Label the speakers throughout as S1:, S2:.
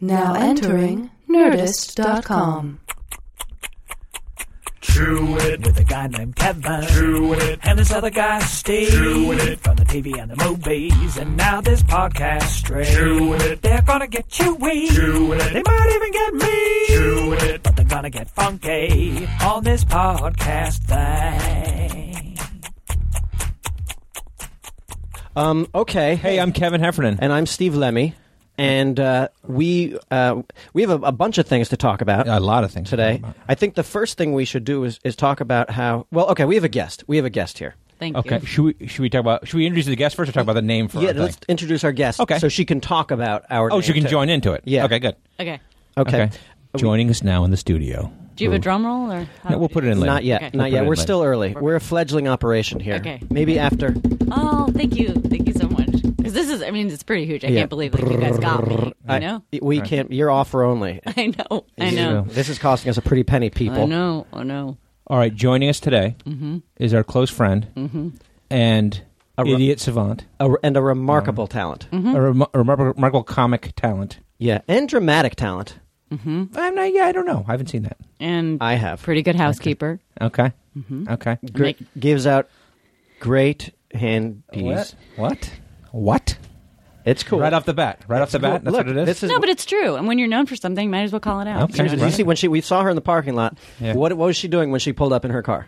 S1: Now entering Nerdist.com.
S2: Chew it,
S3: with a guy named Kevin.
S2: chew it,
S3: And this other guy, Steve.
S2: Chewing it.
S3: From the TV and the movies. And now this podcast straight.
S2: Chewing it.
S3: They're gonna get chewy.
S2: Chewing it.
S3: They might even get me.
S2: chew it,
S3: But they're gonna get funky on this podcast thing.
S4: Um, okay.
S5: Hey, I'm Kevin Heffernan.
S4: and I'm Steve Lemmy, and uh, we uh, we have a, a bunch of things to talk about
S5: a lot of things
S4: today.
S5: to talk about.
S4: I think the first thing we should do is, is talk about how. Well, okay, we have a guest. We have a guest here.
S6: Thank
S5: Okay,
S6: you.
S5: should we should we talk about should we introduce the guest first or talk about the name first?
S4: yeah, let's introduce our guest.
S5: Okay.
S4: so she can talk about our.
S5: oh, she
S4: name,
S5: can
S4: too.
S5: join into it.
S4: Yeah.
S5: Okay, good.
S6: Okay.
S4: Okay. We- Uh,
S5: Joining us now in the studio.
S6: Do you have a drum roll or? How
S5: No, we'll put it in later.
S4: Not yet.
S6: Okay.
S4: Not
S5: We'll put
S4: yet.
S5: it
S4: We're
S5: in
S4: still early. We're a fledgling operation here.
S6: Okay.
S4: Maybe after.
S6: Oh, thank you, thank you so much. Because this is, I mean, it's pretty huge. I
S4: Yeah.
S6: can't believe like, you guys got me.
S4: I-
S6: You know?
S4: we can't. You're offer only.
S6: I know. I know.
S4: This is costing us a pretty penny, people.
S6: I know. I know.
S5: All right, joining us today is our close friend and
S4: re-
S5: idiot savant,
S4: A, and a remarkable talent.
S6: Mm.
S5: a rem- remarkable, remarkable comic talent.
S4: Yeah, and dramatic talent.
S5: I'm not, yeah, I don't know. I haven't seen that.
S6: And
S4: I have.
S6: pretty good housekeeper.
S5: Okay. Okay.
S4: Gr-
S6: Make-
S4: gives out great handies.
S5: What? What?
S4: It's cool.
S5: Right off the bat. Right off the
S4: Cool.
S5: bat. That's
S4: Look,
S5: what it is.
S4: This is
S6: No, but it's true. And when you're known for something, might as well call it out.
S5: Okay.
S6: You know
S4: Did
S6: what I
S4: you
S5: Right.
S4: see when she we saw her in the parking lot?
S5: Yeah.
S4: What, what was she doing when she pulled up in her car?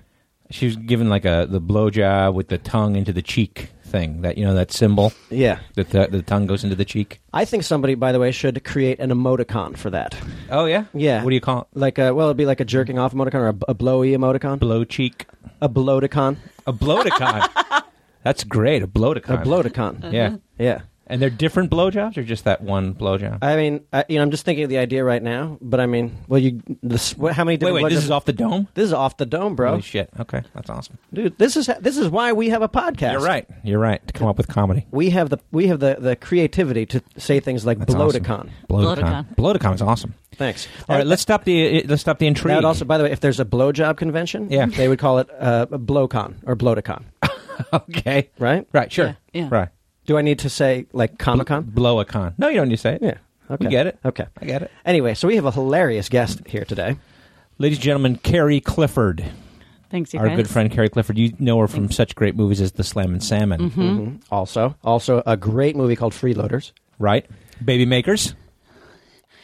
S5: She was given like a the blowjob with the tongue into the cheek thing. That you know that symbol
S4: Yeah,
S5: that the, the tongue goes into the cheek.
S4: I think somebody, by the way, should create an emoticon for that.
S5: Oh yeah,
S4: Yeah.
S5: What do you call it?
S4: Like, a, well, it'd be like a jerking off emoticon or a, a blowy emoticon,
S5: Blow cheek,
S4: a blowticon,
S5: a blowticon. That's great. A
S4: a
S5: blowticon.
S4: blowticon.
S5: Yeah.
S4: Yeah.
S5: And they're different blowjobs or just that one blowjob?
S4: I mean, I, you know, I'm just thinking of the idea right now, but I mean, well, you, this, what, how many
S5: wait,
S4: different?
S5: wait. This
S4: blowjobs-
S5: is off the dome.
S4: This is off the dome, bro.
S5: Holy shit. Okay, that's awesome.
S4: Dude, this is this is why we have a podcast.
S5: You're right. You're right. To come up with comedy.
S4: we have the we have the, the creativity to say things like
S5: That's awesome.
S4: bloaticon.
S5: Blowticon.
S6: Blowticon.
S5: Blowticon is awesome.
S4: Thanks.
S5: All right, let's stop the let's stop the intrigue.
S4: Now, it also, by the way, if there's a blowjob convention,
S5: Yeah.
S4: they would call it uh, a blowcon or blowticon,
S5: okay.
S4: right?
S5: Right. Sure.
S6: Yeah, yeah.
S5: Right.
S4: Do I need to say like Comic Con?
S5: Blow a con. No, you don't need to say it.
S4: Yeah. Okay.
S5: We get it.
S4: Okay.
S5: I get it.
S4: Anyway, so we have a hilarious guest here today.
S5: Ladies and gentlemen, Carrie Clifford.
S6: Thanks, you
S5: Our
S6: guys.
S5: good friend Carrie Clifford. You know her from such great movies as The Slam and Salmon,
S6: Mm-hmm.
S4: Mm-hmm. Also, also a great movie called Freeloaders.
S5: right? Baby Makers.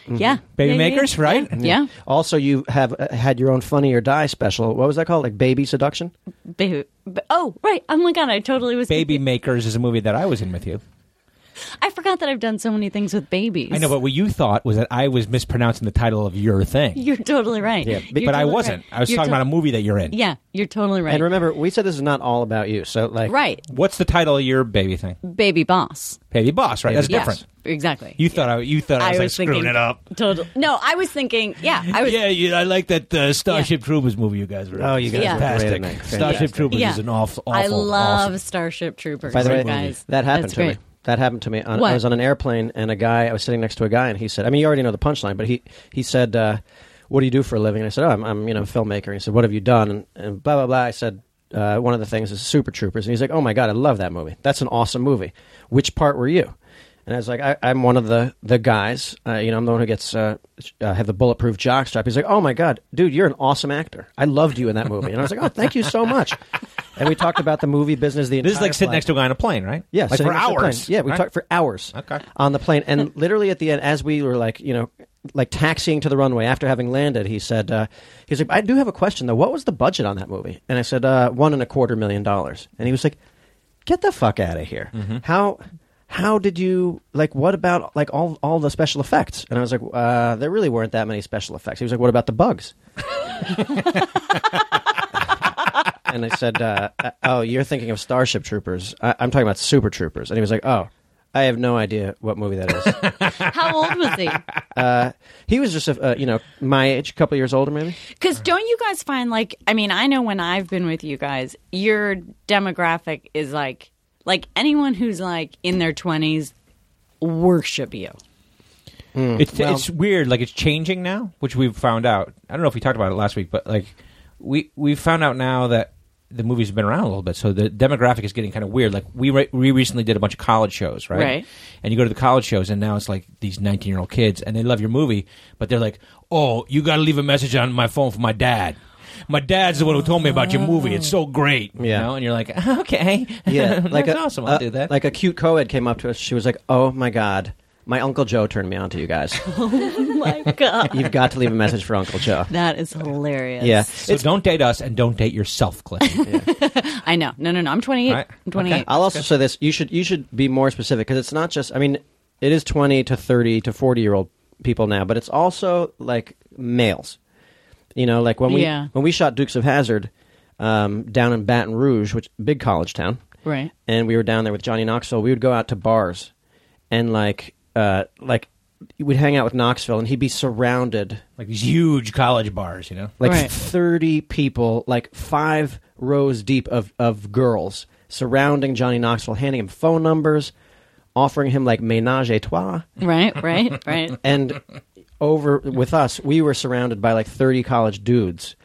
S6: Yeah.
S5: Baby
S6: Yeah, yeah,
S5: Makers,
S6: yeah.
S5: right?
S6: Yeah.
S4: Also, you have uh, had your own Funny or Die special. What was that called? Like Baby Seduction?
S6: Baby. but- Oh, right. Oh my God, I totally was.
S5: Baby Makers is a movie that I was in with you.
S6: I forgot that I've done so many things with babies.
S5: I know, but what you thought was that I was mispronouncing the title of your thing.
S6: you're totally right. Yeah,
S5: but I wasn't. I was talking about a movie that you're in.
S6: Yeah, you're totally right.
S4: And remember, we said this is not all about you. So, like,
S6: right,
S5: What's the title of your baby thing?
S6: baby boss.
S5: Baby Boss, right? That's
S6: Yeah,
S5: different.
S6: Exactly.
S5: You thought I you thought I was, like screwing
S6: thinking
S5: it up.
S6: Total. No, I was thinking. Yeah, I was.
S5: yeah, yeah, I like that uh, Starship Troopers movie you guys were. in.
S4: Oh, you guys
S6: Yeah. were great
S4: in that.
S5: fantastic.
S4: Fantastic.
S5: Starship Troopers
S6: yeah.
S5: is an awful, awful.
S6: I love
S5: awesome-
S6: Starship Troopers.
S4: By the way,
S6: guys,
S4: that happened
S6: That's
S4: to
S6: great.
S4: me. That happened to me. On,
S6: What?
S4: I was on an airplane, and a guy. I was sitting next to a guy, and he said, "I mean, you already know the punchline, but he he said, uh, what do you do for a living?'" And I said, "Oh, I'm, I'm you know a filmmaker." And he said, "What have you done?" And, and blah blah blah. I said, uh, "One of the things is Super Troopers," and he's like, "Oh my god, I love that movie. That's an awesome movie. Which part were you?" And I was like, I, "I'm one of the the guys. Uh, you know, I'm the one who gets uh, uh, have the bulletproof jockstrap." He's like, "Oh my god, dude, you're an awesome actor. I loved you in that movie." And I was like, "Oh, thank you so much." And we talked about the movie business. The
S5: This is
S4: entire
S5: like sitting
S4: flight.
S5: next to a guy on a plane, right?
S4: Yeah,
S5: like
S4: sitting
S5: for
S4: next to the plane.
S5: hours.
S4: Yeah, we
S5: right?
S4: talked for hours.
S5: Okay.
S4: On the plane, and literally at the end, as we were like, you know, like taxiing to the runway after having landed, he said, uh, "He's like, I do have a question though. What was the budget on that movie?" And I said, uh, "One and a quarter million dollars." And he was like, "Get the fuck out of here!
S5: Mm-hmm.
S4: How?" How did you like? What about like all all the special effects? And I was like, uh, there really weren't that many special effects. He was like, what about the bugs? and I said, uh, uh, "Oh, you're thinking of Starship Troopers. I- I'm talking about Super Troopers." And he was like, "Oh, I have no idea what movie that is."
S6: How old was he?
S4: he was just, a, uh, you know, my age, a couple years older, maybe.
S6: Because don't you guys find like? I mean, I know when I've been with you guys, your demographic is like like anyone who's like in their twenties worship you.
S5: It's it's weird. Like it's changing now, which we've found out. I don't know if we talked about it last week, but like we we found out now that the movie's been around a little bit, so the demographic is getting kind of weird. Like we re- we recently did a bunch of college shows, right?
S6: Right.
S5: And you go to the college shows, and now it's like these nineteen year old kids, and they love your movie, but they're like, "Oh, you got to leave a message on my phone for my dad." My dad's the one who told me about your movie. It's so great, you
S4: Yeah.
S5: know. And you're like, okay,
S4: Yeah,
S5: like
S4: like
S5: that's
S4: a,
S5: awesome. I'll
S4: uh,
S5: do that.
S4: Like a cute co-ed came up to us. She was like, "Oh my god, my uncle Joe turned me on to you guys.
S6: Oh my god,
S4: You've got to leave a message for Uncle Joe."
S6: that is hilarious.
S4: Yeah,
S5: so don't date us and don't date yourself, Cliff.
S6: I know. No, no, no. I'm 28.
S5: Right.
S6: I'm 28.
S4: I'll also say this: you should you should be more specific because it's not just. I mean, it is twenty to thirty to forty year old people now, but it's also like males. You know, like when we
S6: Yeah.
S4: when we shot Dukes of Hazard um, down in Baton Rouge, which big college town,
S6: Right.
S4: And we were down there with Johnny Knoxville. We would go out to bars, and like uh, like we'd hang out with Knoxville, and he'd be surrounded
S5: like these huge college bars, you know.
S4: like
S6: Right.
S4: 30 people like five rows deep of, of girls surrounding johnny knoxville handing him phone numbers offering him like menage a trois
S6: Right, right, right.
S4: and over with us we were surrounded by like 30 college dudes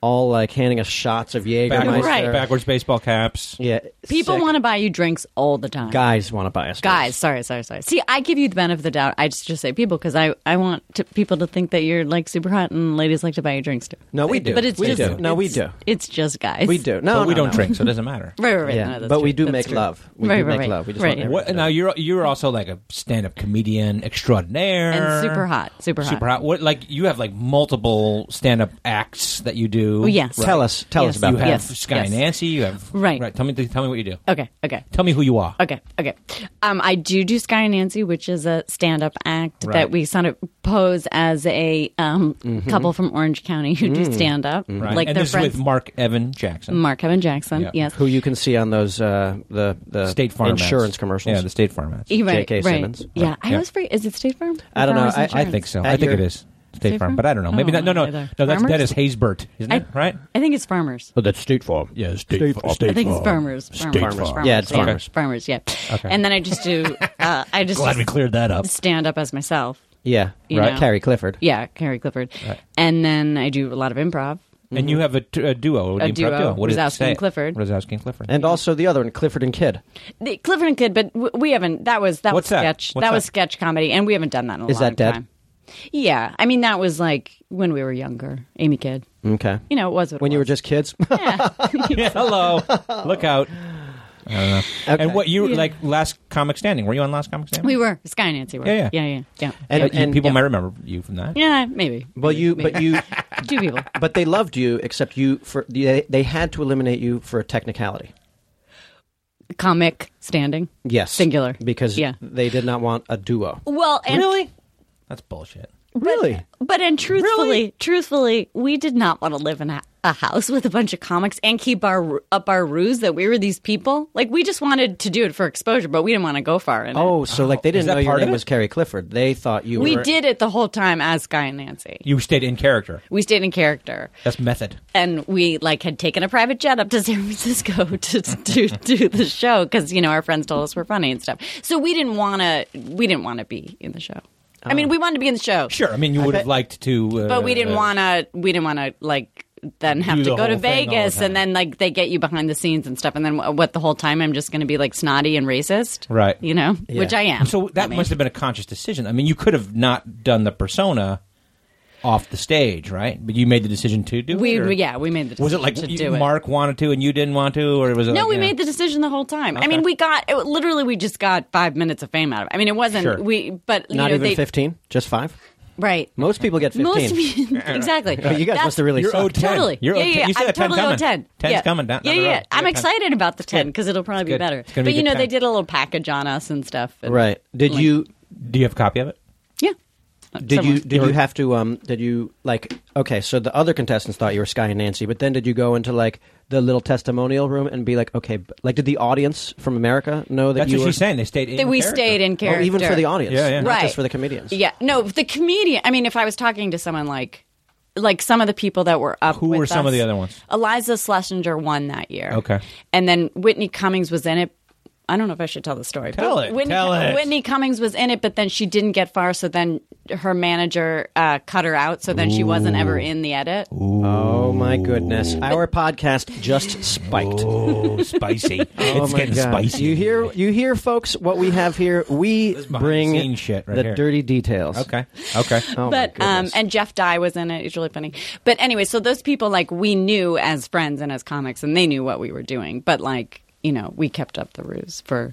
S4: all like handing us shots of jaegermeister
S5: backwards,
S6: Right.
S5: backwards baseball caps.
S4: yeah
S6: People
S4: sick.
S6: want to buy you drinks all the time.
S4: guys want to buy us
S6: Guys, sorry, sorry, sorry. See, I give you the benefit of the doubt. I just, just say people because I, I want to, people to think that you're like super hot and ladies like to buy you drinks too.
S4: No, we
S6: It-
S4: do.
S6: But it's
S4: We
S6: just
S4: do. No, we
S6: it's-
S4: do.
S6: It's just guys.
S4: we do no
S5: but we
S4: no,
S5: don't
S4: no.
S5: drink, so it doesn't matter.
S6: Right, right, right.
S4: yeah
S6: No, that's
S4: but we
S6: true.
S4: do make
S6: That's true.
S4: love we
S6: right,
S4: do
S6: right,
S4: make
S6: right.
S4: love we just
S6: right.
S4: want
S5: What, now you're you're also like a stand-up comedian extraordinaire
S6: and super hot, super hot.
S5: super hot. What like you have like multiple stand-up acts that you do?
S6: Oh, yes.
S4: tell us tell
S6: Yes.
S4: us
S5: You
S4: about
S5: have
S4: that
S6: Yes,
S5: Sky
S6: yes.
S5: Nancy. You have
S6: Right.
S5: Right. Tell me tell me what you do.
S6: Okay, okay.
S5: Tell me who you are.
S6: Okay, okay. Um, I do do Sky and Nancy, which is a stand-up act
S5: Right.
S6: that we sort of pose as a um,
S4: Mm-hmm.
S6: couple from Orange County who
S4: Mm.
S6: do stand-up,
S5: Right.
S6: like
S5: and
S6: their
S5: this
S6: friends
S5: is with Mark Evan Jackson.
S6: Mark Evan Jackson.
S5: Yeah.
S6: Yes,
S4: who you can see on those uh, the the
S5: State Farm ads.
S4: insurance commercials
S5: Yeah, the State Farm ads.
S6: He- right,
S4: J.K.
S6: right.
S4: Simmons.
S6: Yeah,
S5: Right.
S6: I
S5: Yeah.
S6: always forget. Is it State Farm?
S4: I don't know.
S6: Farmers
S4: I- I
S5: I
S6: Insurance.
S5: think so.
S4: At
S5: I think
S4: your-
S5: it is State, Farm,
S6: Farm?
S5: but I don't know.
S6: I
S5: Maybe
S6: don't
S5: not. No,
S6: know
S5: no,
S6: either.
S5: no. That's that
S6: Oh, Farmers?
S5: is Haysbert, isn't it?
S6: I-
S5: Right.
S6: I think it's farmers.
S4: But that's State Farm.
S5: Yeah, State State Farm. Farm.
S6: I think it's farmers. Farmers.
S4: Farm.
S6: farmers.
S4: Yeah, it's farmers.
S6: Farmers. Yeah. And then I just do. Uh, I just
S5: Glad we cleared that up.
S6: stand up as myself.
S4: Yeah,
S6: You
S4: right.
S6: know.
S4: Carrie Clifford.
S6: Yeah, Carrie Clifford. And then I do a lot of improv.
S5: And you have a, t- a duo.
S6: Mm-hmm. A
S5: improv
S6: duo,
S5: What does it
S6: Rozowski and
S5: say?
S6: Clifford.
S5: Rozowski and Clifford.
S4: And also the other one, Clifford and Kidd.
S6: The Clifford and Kid, but w- we haven't. That was that
S5: What's
S6: was
S5: that?
S6: sketch.
S5: What's
S6: that, was
S5: that?
S6: sketch comedy, and we haven't done that in a
S4: Is
S6: long
S4: that dead?
S6: time. Yeah, I mean that was like when we were younger. Amy Kidd.
S4: Okay.
S6: You know, it was what it
S4: when you were
S6: was.
S4: just kids.
S5: Yeah, hello. Look out.
S4: Okay.
S5: And what you like last comic standing? Were you on last comic standing?
S6: we were Sky and Nancy. Were.
S5: Yeah, yeah.
S6: yeah, yeah, yeah.
S4: And-
S5: Yeah, you-
S4: and-
S5: people
S4: yeah.
S5: might remember you from that.
S6: Yeah, maybe.
S4: well, you, but you,
S6: two people.
S4: but they loved you, except you for they, they had to eliminate you for a technicality.
S6: Comic standing.
S4: Yes,
S6: Singular.
S4: because
S6: Yeah.
S4: they did not want a duo.
S6: Well, and
S5: That's bullshit.
S4: Really?
S6: But and truthfully, truthfully, we did not want to live in a, a house with a bunch of comics and keep our up our ruse that we were these people. Like we just wanted to do it for exposure, but we didn't want to go far in it.
S4: Oh, so like they didn't
S5: that
S4: know your
S5: part of
S4: name
S5: it?
S4: was Carrie Clifford. They thought you
S6: We
S4: were.
S6: did it the whole time as Guy and Nancy.
S5: You stayed in character.
S6: We stayed in character,
S5: That's method.
S6: and we like had taken a private jet up to San Francisco to to do the show because you know our friends told us we're funny and stuff. So we didn't want to. We didn't want to be in the show. I mean, we wanted to be in the show,
S5: Sure. I mean, you would have
S4: bet-
S5: liked to, uh,
S6: but we didn't
S5: uh,
S6: want to we didn't want to like then have
S5: Do
S6: to
S5: the
S6: go to
S5: whole thing all the
S6: Vegas and
S5: time.
S6: then like they get you behind the scenes and stuff and then wh- what the whole time I'm just going to be like snotty and racist
S5: Right.
S6: you know which I am
S5: So that must have been a conscious decision. I mean, you could have not done the persona off the stage, right? But you made the decision to do
S6: we
S5: it. or-
S6: we- yeah we made the decision
S5: Was it like
S6: to
S5: you-
S6: do it
S5: Mark wanted to and you didn't want to, or was it?
S6: no
S5: like,
S6: we
S5: yeah.
S6: made the decision the whole time I mean we got it, literally we just got five minutes of fame out of it I mean it wasn't
S5: Sure.
S6: we but you
S4: not
S6: know,
S4: even
S6: they,
S4: fifteen, just five.
S6: right
S4: Most people get fifteen.
S6: most exactly
S4: but you guys
S6: That's-
S4: must have really.
S5: You're
S4: sucked.
S5: owed 10.
S6: Totally.
S5: You're
S6: yeah,
S5: owed
S6: yeah,
S5: 10.
S6: yeah.
S5: You said
S6: I'm
S5: 10
S6: totally
S5: coming.
S6: owed 10.
S5: 10's
S6: yeah.
S5: coming down-
S6: yeah,
S5: down the
S6: yeah.
S5: road.
S6: I'm
S5: Yeah, 10.
S6: excited about the 10 because it'll probably be
S5: good.
S6: better.
S5: It's
S6: But
S5: gonna be
S6: you
S5: good
S6: know, they
S5: 10.
S6: did a little package on us and stuff. and-
S4: Right? Did
S6: Like-
S4: you
S5: Do you have a copy of it?
S6: Yeah.
S4: Did
S6: Someone-
S4: you did you have to um did you like okay so the other contestants thought you were Sky and Nancy but then did you go into like the little testimonial room and be like okay b- like did the audience from America know that
S5: That's
S4: you
S5: what
S4: were
S5: she's saying. They stayed. in
S6: That we
S5: character.
S6: stayed in
S4: oh,
S6: character.
S4: even for the audience
S5: Yeah, yeah.
S4: not
S6: Right.
S4: just for the comedians
S6: Yeah. No, the comedian. I mean, if I was talking to someone like, like some of the people that were up.
S5: Who
S6: with
S5: were some of
S6: us-
S5: the other ones?
S6: Eliza Schlesinger won that year.
S5: Okay.
S6: And then Whitney Cummings was in it. I don't know if I should tell the story.
S5: Tell
S6: but
S5: it,
S6: Whitney,
S5: tell it.
S6: Whitney Cummings was in it, but then she didn't get far. So then her manager uh, cut her out. So then she wasn't ever in the edit.
S4: oh my goodness. Our podcast just spiked.
S5: Oh, spicy!
S4: Oh
S5: it's
S4: my
S5: getting
S4: God.
S5: spicy.
S4: You hear, you hear, folks. What we have here, we
S5: is behind the
S4: bring
S5: scenes shit right
S4: the
S5: here.
S4: dirty details.
S5: Okay. Okay.
S4: Oh my
S6: but um,
S4: goodness.
S6: and Jeff Dye was in it. It's really funny. But anyway, so those people like we knew as friends and as comics, and they knew what we were doing. But like you know, we kept up the ruse for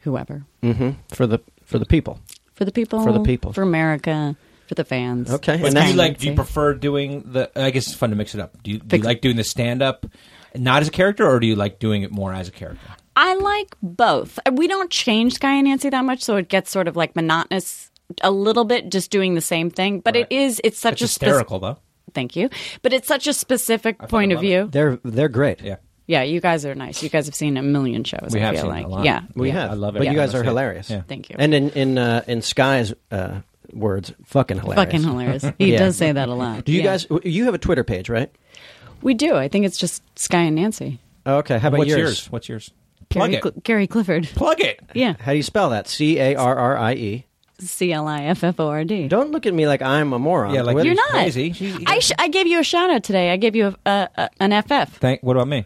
S6: whoever,
S4: Mm-hmm. for the for the people.
S6: for the people,
S4: For the people.
S6: for America, for the fans.
S4: Okay,
S5: But
S4: and
S5: do
S4: that's
S5: you like? Do you
S6: Fancy.
S5: prefer doing the? I guess it's fun to mix it up. Do you, do you
S6: Fix-
S5: like doing the stand up, not as a character, or do you like doing it more as a character?
S6: I like both. Uh, We don't change Sky and Nancy that much, so it gets sort of like monotonous a little bit just doing the same thing. But
S5: Right.
S6: it is it's such
S5: It's
S6: a spec-
S5: hysterical though.
S6: thank you. But it's such a specific
S5: fucking
S6: point of
S5: love it.
S6: view.
S4: they're they're great.
S5: Yeah.
S6: Yeah, you guys are nice. You guys have seen a million shows.
S5: We
S6: I
S5: have
S6: feel
S5: seen
S6: like
S5: a lot.
S6: yeah,
S4: We
S5: Yeah,
S4: have.
S5: I love
S4: But
S5: every
S4: you
S5: time
S4: guys
S5: I
S4: are
S5: see it.
S4: hilarious.
S5: Yeah.
S6: Thank you.
S4: And in in uh, in Sky's uh, words, fucking hilarious.
S6: fucking hilarious. He
S4: Yeah.
S6: does say that a lot.
S4: Do you
S6: Yeah.
S4: guys? You have a Twitter page, right?
S6: We do. I think it's just Sky and Nancy.
S4: Oh, Okay. How about
S5: What's yours?
S4: yours?
S5: What's yours? Plug
S6: Gary,
S5: it.
S6: Cl- Gary Clifford.
S5: Plug it.
S6: Yeah,
S4: How do you spell that? C A R R I E.
S6: C L I F F O R D.
S4: Don't look at me like I'm a moron.
S5: Yeah, like
S4: What-
S6: You're
S5: She's
S6: not.
S5: crazy. She's-
S6: I sh- I gave you a shout out today. I gave you a, a, a an FF.
S5: Thank. What about me?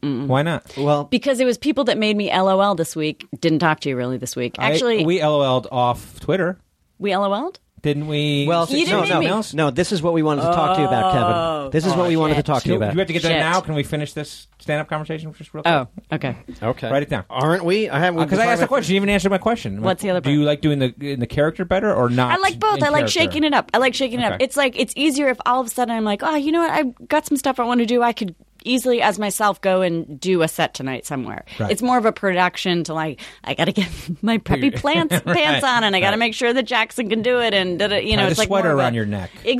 S5: Why not?
S4: Well,
S6: because it was people that made me LOL this week. Didn't talk to you really this week.
S5: I-
S6: Actually, we,
S5: we LOL'd off Twitter,
S6: LOL'd.
S5: didn't we?
S4: well, no,
S6: You didn't
S4: no,
S6: make
S4: no,
S6: me- Oh,
S4: no. This is what we wanted to talk to you about, Kevin. This is what we wanted to
S6: shit.
S4: talk to
S5: Do
S4: you
S5: you
S4: about.
S5: have to get that
S6: Shit.
S5: now? Can we finish this stand-up conversation just real quick?
S6: Oh, okay.
S4: okay,
S5: Write it down.
S4: Aren't we? I haven't.
S5: Because I asked a question, you even answered my question.
S6: What's the other
S5: Do
S6: part?
S5: you like doing the in the character better or not?
S6: I like both.
S5: in
S6: I like
S5: character?
S6: shaking it up. I like shaking it up.
S5: Okay.
S6: It's like it's easier if all of a sudden I'm like, oh, you know what? I've got some stuff I want to do. I could easily, as myself, go and do a set tonight somewhere.
S5: Right.
S6: It's more of a production to like, I got to get my preppy plants, pants on, and I got to
S5: Right.
S6: make sure that Jackson can do it, and da-da, you know,
S5: Tie the
S6: it's like more
S5: sweater
S6: of a-
S5: around your neck. That kind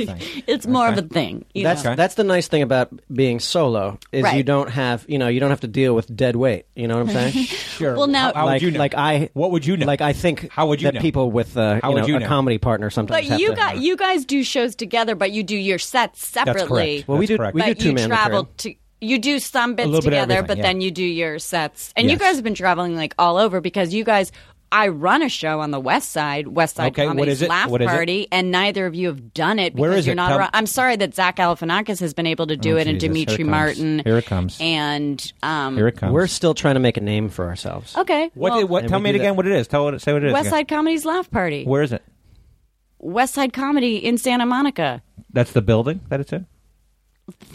S6: Exactly.
S5: of thing.
S6: It's more of
S5: Okay.
S6: a thing. You
S4: That's
S6: know?
S5: Okay.
S4: that's the nice thing about being solo is you
S6: Right.
S4: don't have you know you don't have to deal with dead weight. You know what I'm saying?
S5: Sure.
S6: Well, now-
S5: how, how
S4: like
S5: would you know?
S4: like I
S5: What would you know?
S4: Like I think
S5: How would you
S4: that
S5: know?
S4: people with uh,
S5: How
S4: you
S5: would
S4: know,
S5: you
S4: a
S5: know?
S4: comedy partner
S6: But
S4: sometimes have
S6: you
S4: to-
S6: got you guys do shows together, but you do your sets
S5: That's
S6: separately.
S5: correct.
S4: Well, we
S5: That's
S4: do
S5: correct.
S4: we do
S6: but
S4: two
S6: you
S4: man
S6: travel to you do some bits
S5: little bit of
S6: together,
S5: everything,
S6: but
S5: yeah.
S6: then you do your sets. And you
S5: Yes.
S6: guys have been traveling like all over because you guys. I run a show on the West Side, West Side
S5: Okay, what
S6: Comedy
S5: is it?
S6: Laugh
S5: What is it?
S6: Party, and neither of you have done it because
S5: Where is
S6: you're
S5: it?
S6: not
S5: Tell-
S6: around. I'm sorry that Zach Galifianakis has been able to do
S5: Oh,
S6: it, and
S5: Jesus. Here it
S6: Dimitri
S5: comes.
S6: Martin.
S5: Here it comes.
S6: And um,
S5: Here it comes.
S4: We're still trying to make a name for ourselves.
S6: okay,
S5: what?
S6: well,
S5: did- what?
S4: And
S5: Tell
S4: we
S5: me it
S4: do
S5: again.
S4: that.
S5: What it is? Tell what. it- Say what it is.
S6: West
S5: again.
S6: Side Comedy's Laugh Party,
S5: Where is it?
S6: West Side Comedy in Santa Monica,
S5: That's the building that it's in.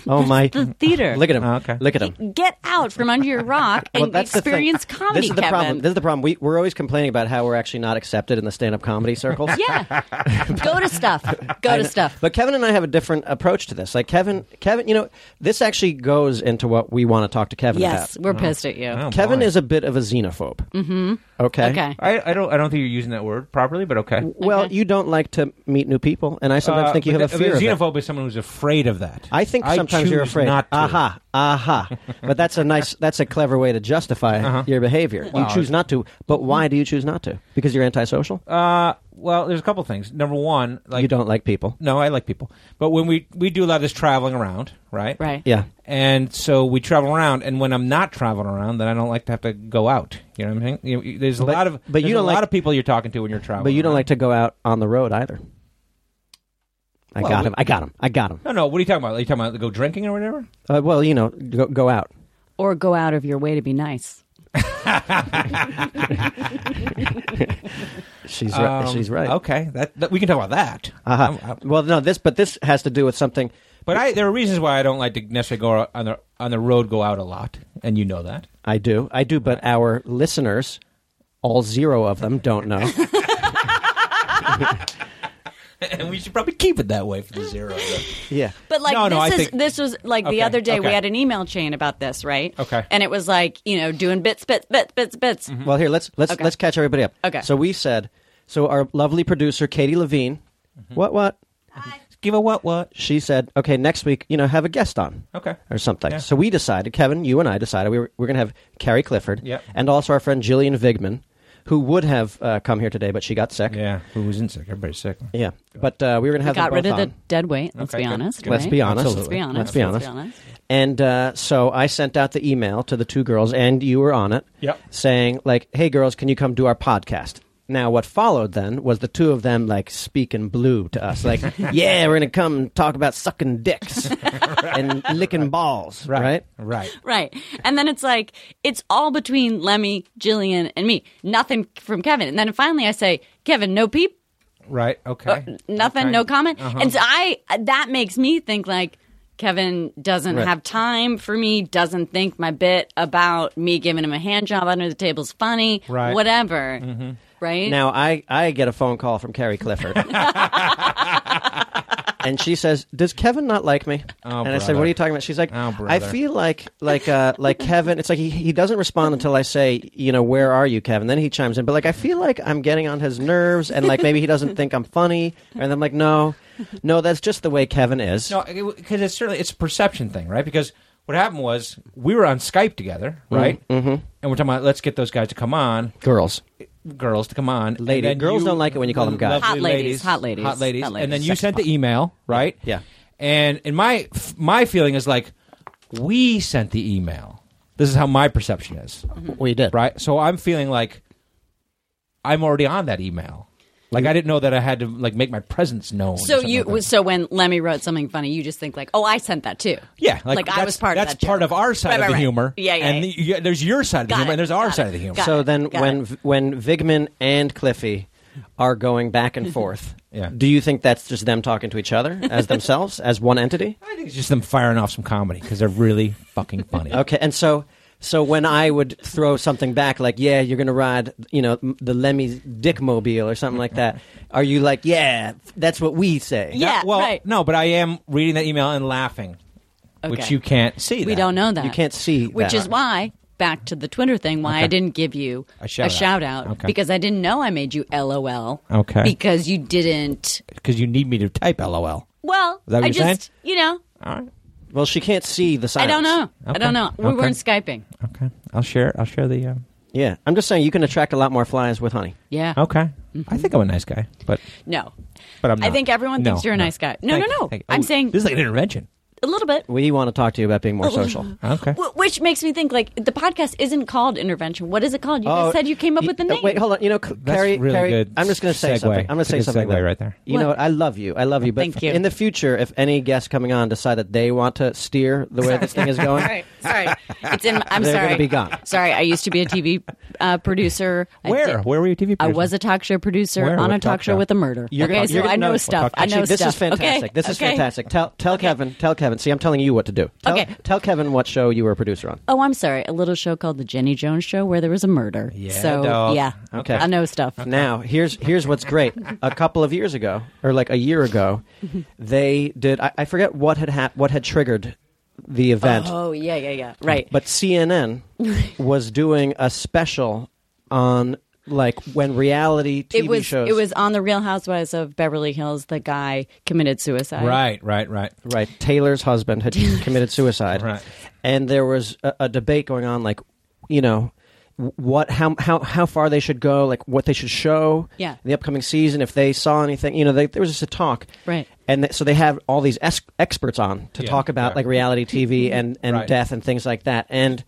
S4: Oh my!
S6: the theater.
S4: Look at him.
S5: Oh, okay.
S4: Look at him.
S6: get out from under your rock and
S4: Well, that's the thing.
S6: experience comedy,
S4: This is the
S6: Kevin.
S4: problem. This is the problem. We, we're always complaining about how we're actually not accepted in the stand-up comedy circles.
S6: yeah, go to stuff. Go to stuff.
S4: But Kevin and I have a different approach to this. Like Kevin, Kevin, you know, this actually goes into what we want to talk to Kevin
S6: yes,
S4: about.
S6: we're pissed at you.
S5: Oh,
S4: Kevin
S5: boy.
S4: is a bit of a xenophobe. Mm-hmm. Okay.
S6: Okay.
S5: I, I don't. I don't think you're using that word properly, but okay. Uh,
S4: Well, you don't like to meet new people, and I sometimes think you
S5: but
S4: have a
S5: the-
S4: fear
S5: the
S4: of it.
S5: xenophobe is someone who's afraid of that.
S4: I think sometimes you're
S5: choose
S4: afraid.
S5: Not to.
S4: Aha, aha. but that's a nice, that's a clever way to justify
S5: Uh-huh.
S4: your behavior.
S5: Well,
S4: you choose not to, but why do you choose not to? Because you're antisocial.
S5: Uh, well, there's a couple things. Number one, like
S4: you don't like people.
S5: No, I like people, but when we we do a lot of this traveling around, right?
S6: Right.
S4: Yeah.
S5: And so we travel around, and when I'm not traveling around, then I don't like to have to go out. You know what I'm saying? You- you- there's a lot of
S4: but you
S5: there's
S4: don't
S5: a
S4: like-
S5: lot of people you're talking to when you're traveling.
S4: But you don't
S5: around.
S4: like to go out on the road either. I
S5: Well,
S4: got
S5: we-
S4: him. I got him. I got him.
S5: No, no. What are you talking about? Are you talking about go drinking or whatever?
S4: Uh, well, you know, go, go out.
S6: Or go out of your way to be nice.
S4: She's right.
S5: Um,
S4: She's right.
S5: Okay, Um, that, that- we can talk about that.
S4: Uh-huh.
S5: I'm- I'm-
S4: well, no, this, but this has to do with something.
S5: but I, there are reasons why I don't like to necessarily go out on the on the road, go out a lot, and you know that.
S4: I do. I do, but our listeners, all zero of them, don't know.
S5: and we should probably keep it that way for the zero.
S4: yeah.
S6: But like
S5: No, no, I
S6: this is
S5: think-
S6: this was like
S5: Okay,
S6: the other day
S5: okay.
S6: we had an email chain about this, right?
S5: Okay. Mm-hmm.
S6: And it was like, you know, doing bits, bits, bits, bits, bits.
S4: Well, here let's let's
S6: Okay.
S4: let's catch everybody up.
S6: Okay.
S4: So we said. So our lovely producer Katie Levine,
S6: Mm-hmm.
S4: what what
S5: Give a what what?
S4: she said? Okay, next week you know have a guest on.
S6: Oh.
S5: Okay.
S4: Or something.
S5: Yeah.
S4: So we decided, Kevin, you and I decided we were, we're going to have Carrie Clifford
S5: Yep.
S4: and also our friend Jillian Vigman, who would have uh, come here today, but she got sick.
S5: Yeah, who was in sick? Everybody's sick.
S4: Yeah. But uh, we were going to
S6: We
S4: have them
S6: got rid
S4: both
S6: of the
S4: on.
S6: dead weight. Let's
S5: Okay,
S6: be
S5: good,
S6: honest.
S5: good.
S4: Let's
S6: right?
S4: be honest.
S6: Let's be honest.
S4: Let's be honest.
S6: Let's be honest.
S4: And uh, so I sent out the email to the two girls, and you were on it,
S5: Yep.
S4: saying like, "Hey girls, can you come do our podcast?" now what followed then was the two of them like speaking blue to us, like, "Yeah, we're gonna come and talk about sucking dicks and licking balls, right?"
S5: Right.
S6: Right. And then it's like, it's all between Lemmy, Jillian, and me. Nothing from Kevin. And then finally I say, Kevin, no peep,
S5: Right.
S4: Uh,
S5: Okay.
S6: nothing,
S5: Okay. Uh-huh.
S6: no comment. And so I, that makes me think like, Kevin doesn't
S4: Right.
S6: have time for me, doesn't think my bit about me giving him a hand job under the table's funny,
S5: Right. Mm-hmm.
S6: whatever. Right?
S4: Now I I get a phone call from Carrie Clifford. And she says, "Does Kevin not like me?" and I said,
S5: Oh, brother.
S4: "What are you talking about?" She's like,
S5: Oh,
S4: "I
S5: brother.
S4: feel like like uh, like Kevin. It's like he, he doesn't respond until I say, you know, where are you, Kevin? Then he chimes in, but like I feel like I'm getting on his nerves, and like maybe he doesn't think I'm funny. And I'm like, no, no, that's just the way Kevin is.
S5: No, because it's certainly it's a perception thing, right? Because what happened was we were on Skype together, right? Mm-hmm. And we're talking about let's get those guys to come on,
S4: Girls,
S5: girls to come on. and
S4: Lady-
S5: then
S4: girls don't like it when you call them guys.
S5: Lovely
S6: Hot ladies, hot ladies,
S5: hot ladies.
S6: hot
S5: And then
S6: ladies.
S5: you sent the email, right?
S4: Yeah.
S5: And and my my feeling is like we sent the email. This is how my perception is,
S6: Mm-hmm.
S4: we did
S5: right? So I'm feeling like I'm already on that email. Like I didn't know that I had to like make my presence known. or
S6: So
S5: something
S6: you
S5: like that.
S6: so when Lemmy wrote something funny, you just think like, oh, I sent that too.
S5: Yeah, like,
S6: like I
S5: that's-
S6: was part of
S5: That's
S6: that. joke.
S5: part of our side
S6: Right,
S5: of
S6: right,
S5: the
S6: right.
S5: humor.
S6: Yeah, yeah.
S5: And
S6: yeah.
S5: the, yeah, there's your side of the
S6: Got
S5: humor,
S6: it,
S5: and there's our
S6: got
S5: side
S6: it,
S5: of the humor.
S6: got
S4: So
S6: it,
S4: then,
S6: got
S4: when
S6: it.
S4: V- when Vigman and Cliffy are going back and forth,
S5: Yeah.
S4: do you think that's just them talking to each other as themselves, as one entity?
S5: I think it's just them firing off some comedy because they're really fucking funny.
S4: Okay, and so so when I would throw something back, like yeah, you're gonna ride, you know, m- the Lemmy's dick mobile or something like that, are you like yeah, that's what we say?
S6: Yeah.
S5: Not- well,
S6: right.
S5: no, but I am reading that email and laughing, which
S6: Okay.
S5: you can't see.
S6: we
S5: that.
S6: don't know that.
S4: you can't see,
S6: Which
S4: that.
S6: is why back to the Twitter thing, why
S5: Okay.
S6: I didn't give you
S5: A shout-out.
S6: out
S5: Okay.
S6: because I didn't know I made you LOL.
S5: Okay.
S6: Because you didn't.
S5: because you need me to type LOL.
S6: Well,
S5: that what
S6: I
S5: you're saying?
S6: just you know
S5: All right.
S4: Well, she can't see the
S6: I
S4: silence.
S6: don't know. I
S5: Okay.
S6: don't know. We
S5: Okay.
S6: weren't skyping.
S5: Okay. I'll share. I'll share the. Um,
S4: Yeah, I'm just saying you can attract a lot more flies with honey.
S6: Yeah.
S5: okay. I think I'm a nice guy, but
S6: No.
S5: but I'm.
S6: Mm-hmm. I
S5: Not.
S6: think everyone thinks
S5: No,
S6: you're a
S5: no.
S6: nice guy. No,
S5: Thank
S6: no,
S5: you,
S6: no.
S5: thank you.
S6: I'm
S5: Ooh,
S6: saying
S5: this is like an intervention.
S6: a little bit.
S4: We want to talk to you about being more social.
S5: Okay.
S6: Wh- Which makes me think, like, the podcast isn't called Intervention. What is it called? You guys
S4: Oh,
S6: said you came up with the
S4: Uh,
S6: name.
S4: Wait, hold on. You know, C-
S5: That's
S4: Carrie,
S5: really
S4: Carrie,
S5: good
S4: I'm just going to say
S5: segue.
S4: something. I'm going
S5: It's
S4: to
S5: a
S4: say
S5: good
S4: something
S5: segue
S4: though.
S5: right there.
S4: You know, what? I love you. I love you. But
S6: Thank you.
S4: in the future, if any guests coming on decide that they want to steer the way this thing is going,
S6: Sorry, sorry. It's in. I'm
S4: They're
S6: sorry.
S4: gonna be gone.
S6: Sorry, I used to be a TV uh, producer. I
S5: Where?
S6: did-
S5: Where were you, TV?
S6: I
S5: producer?
S6: was a talk show producer
S5: Where?
S6: on
S5: What
S6: a talk,
S5: talk
S6: show
S5: show?
S6: with a murder.
S4: You're
S6: okay,
S4: gonna-
S6: so
S4: you're gonna
S6: I know
S4: know-
S6: stuff. I know
S4: Actually, this
S6: stuff.
S4: is fantastic.
S6: Okay?
S4: This is
S6: okay.
S4: fantastic. Tell tell Kevin. Tell Kevin. See, I'm telling you what to do. Tell,
S6: Okay.
S4: Tell Kevin what show you were a producer on.
S6: Oh, I'm sorry. A little show called The Jenny Jones Show where there was a murder.
S5: Yeah,
S6: so,
S5: dog.
S6: yeah.
S4: Okay.
S6: I know stuff.
S4: Now, here's here's what's great. A couple of years ago, or like a year ago, they did. I, I forget what had hap- what had triggered the event.
S6: Oh, yeah, yeah, yeah. Right.
S4: But CNN was doing a special on like when reality TV
S6: it was
S4: shows.
S6: it was on the Real Housewives of Beverly Hills. The guy committed suicide.
S5: Right. Right. Right.
S4: right. Taylor's husband had committed suicide,
S5: Right.
S4: and there was a, a debate going on, like you know wh- what how how how far they should go like what they should show
S6: Yeah.
S4: in the upcoming season if they saw anything you know they, there was just a talk
S6: Right.
S4: and th- so they have all these es- experts on to
S5: Yeah,
S4: talk about
S5: yeah.
S4: like reality tv and and
S5: Right.
S4: death and things like that and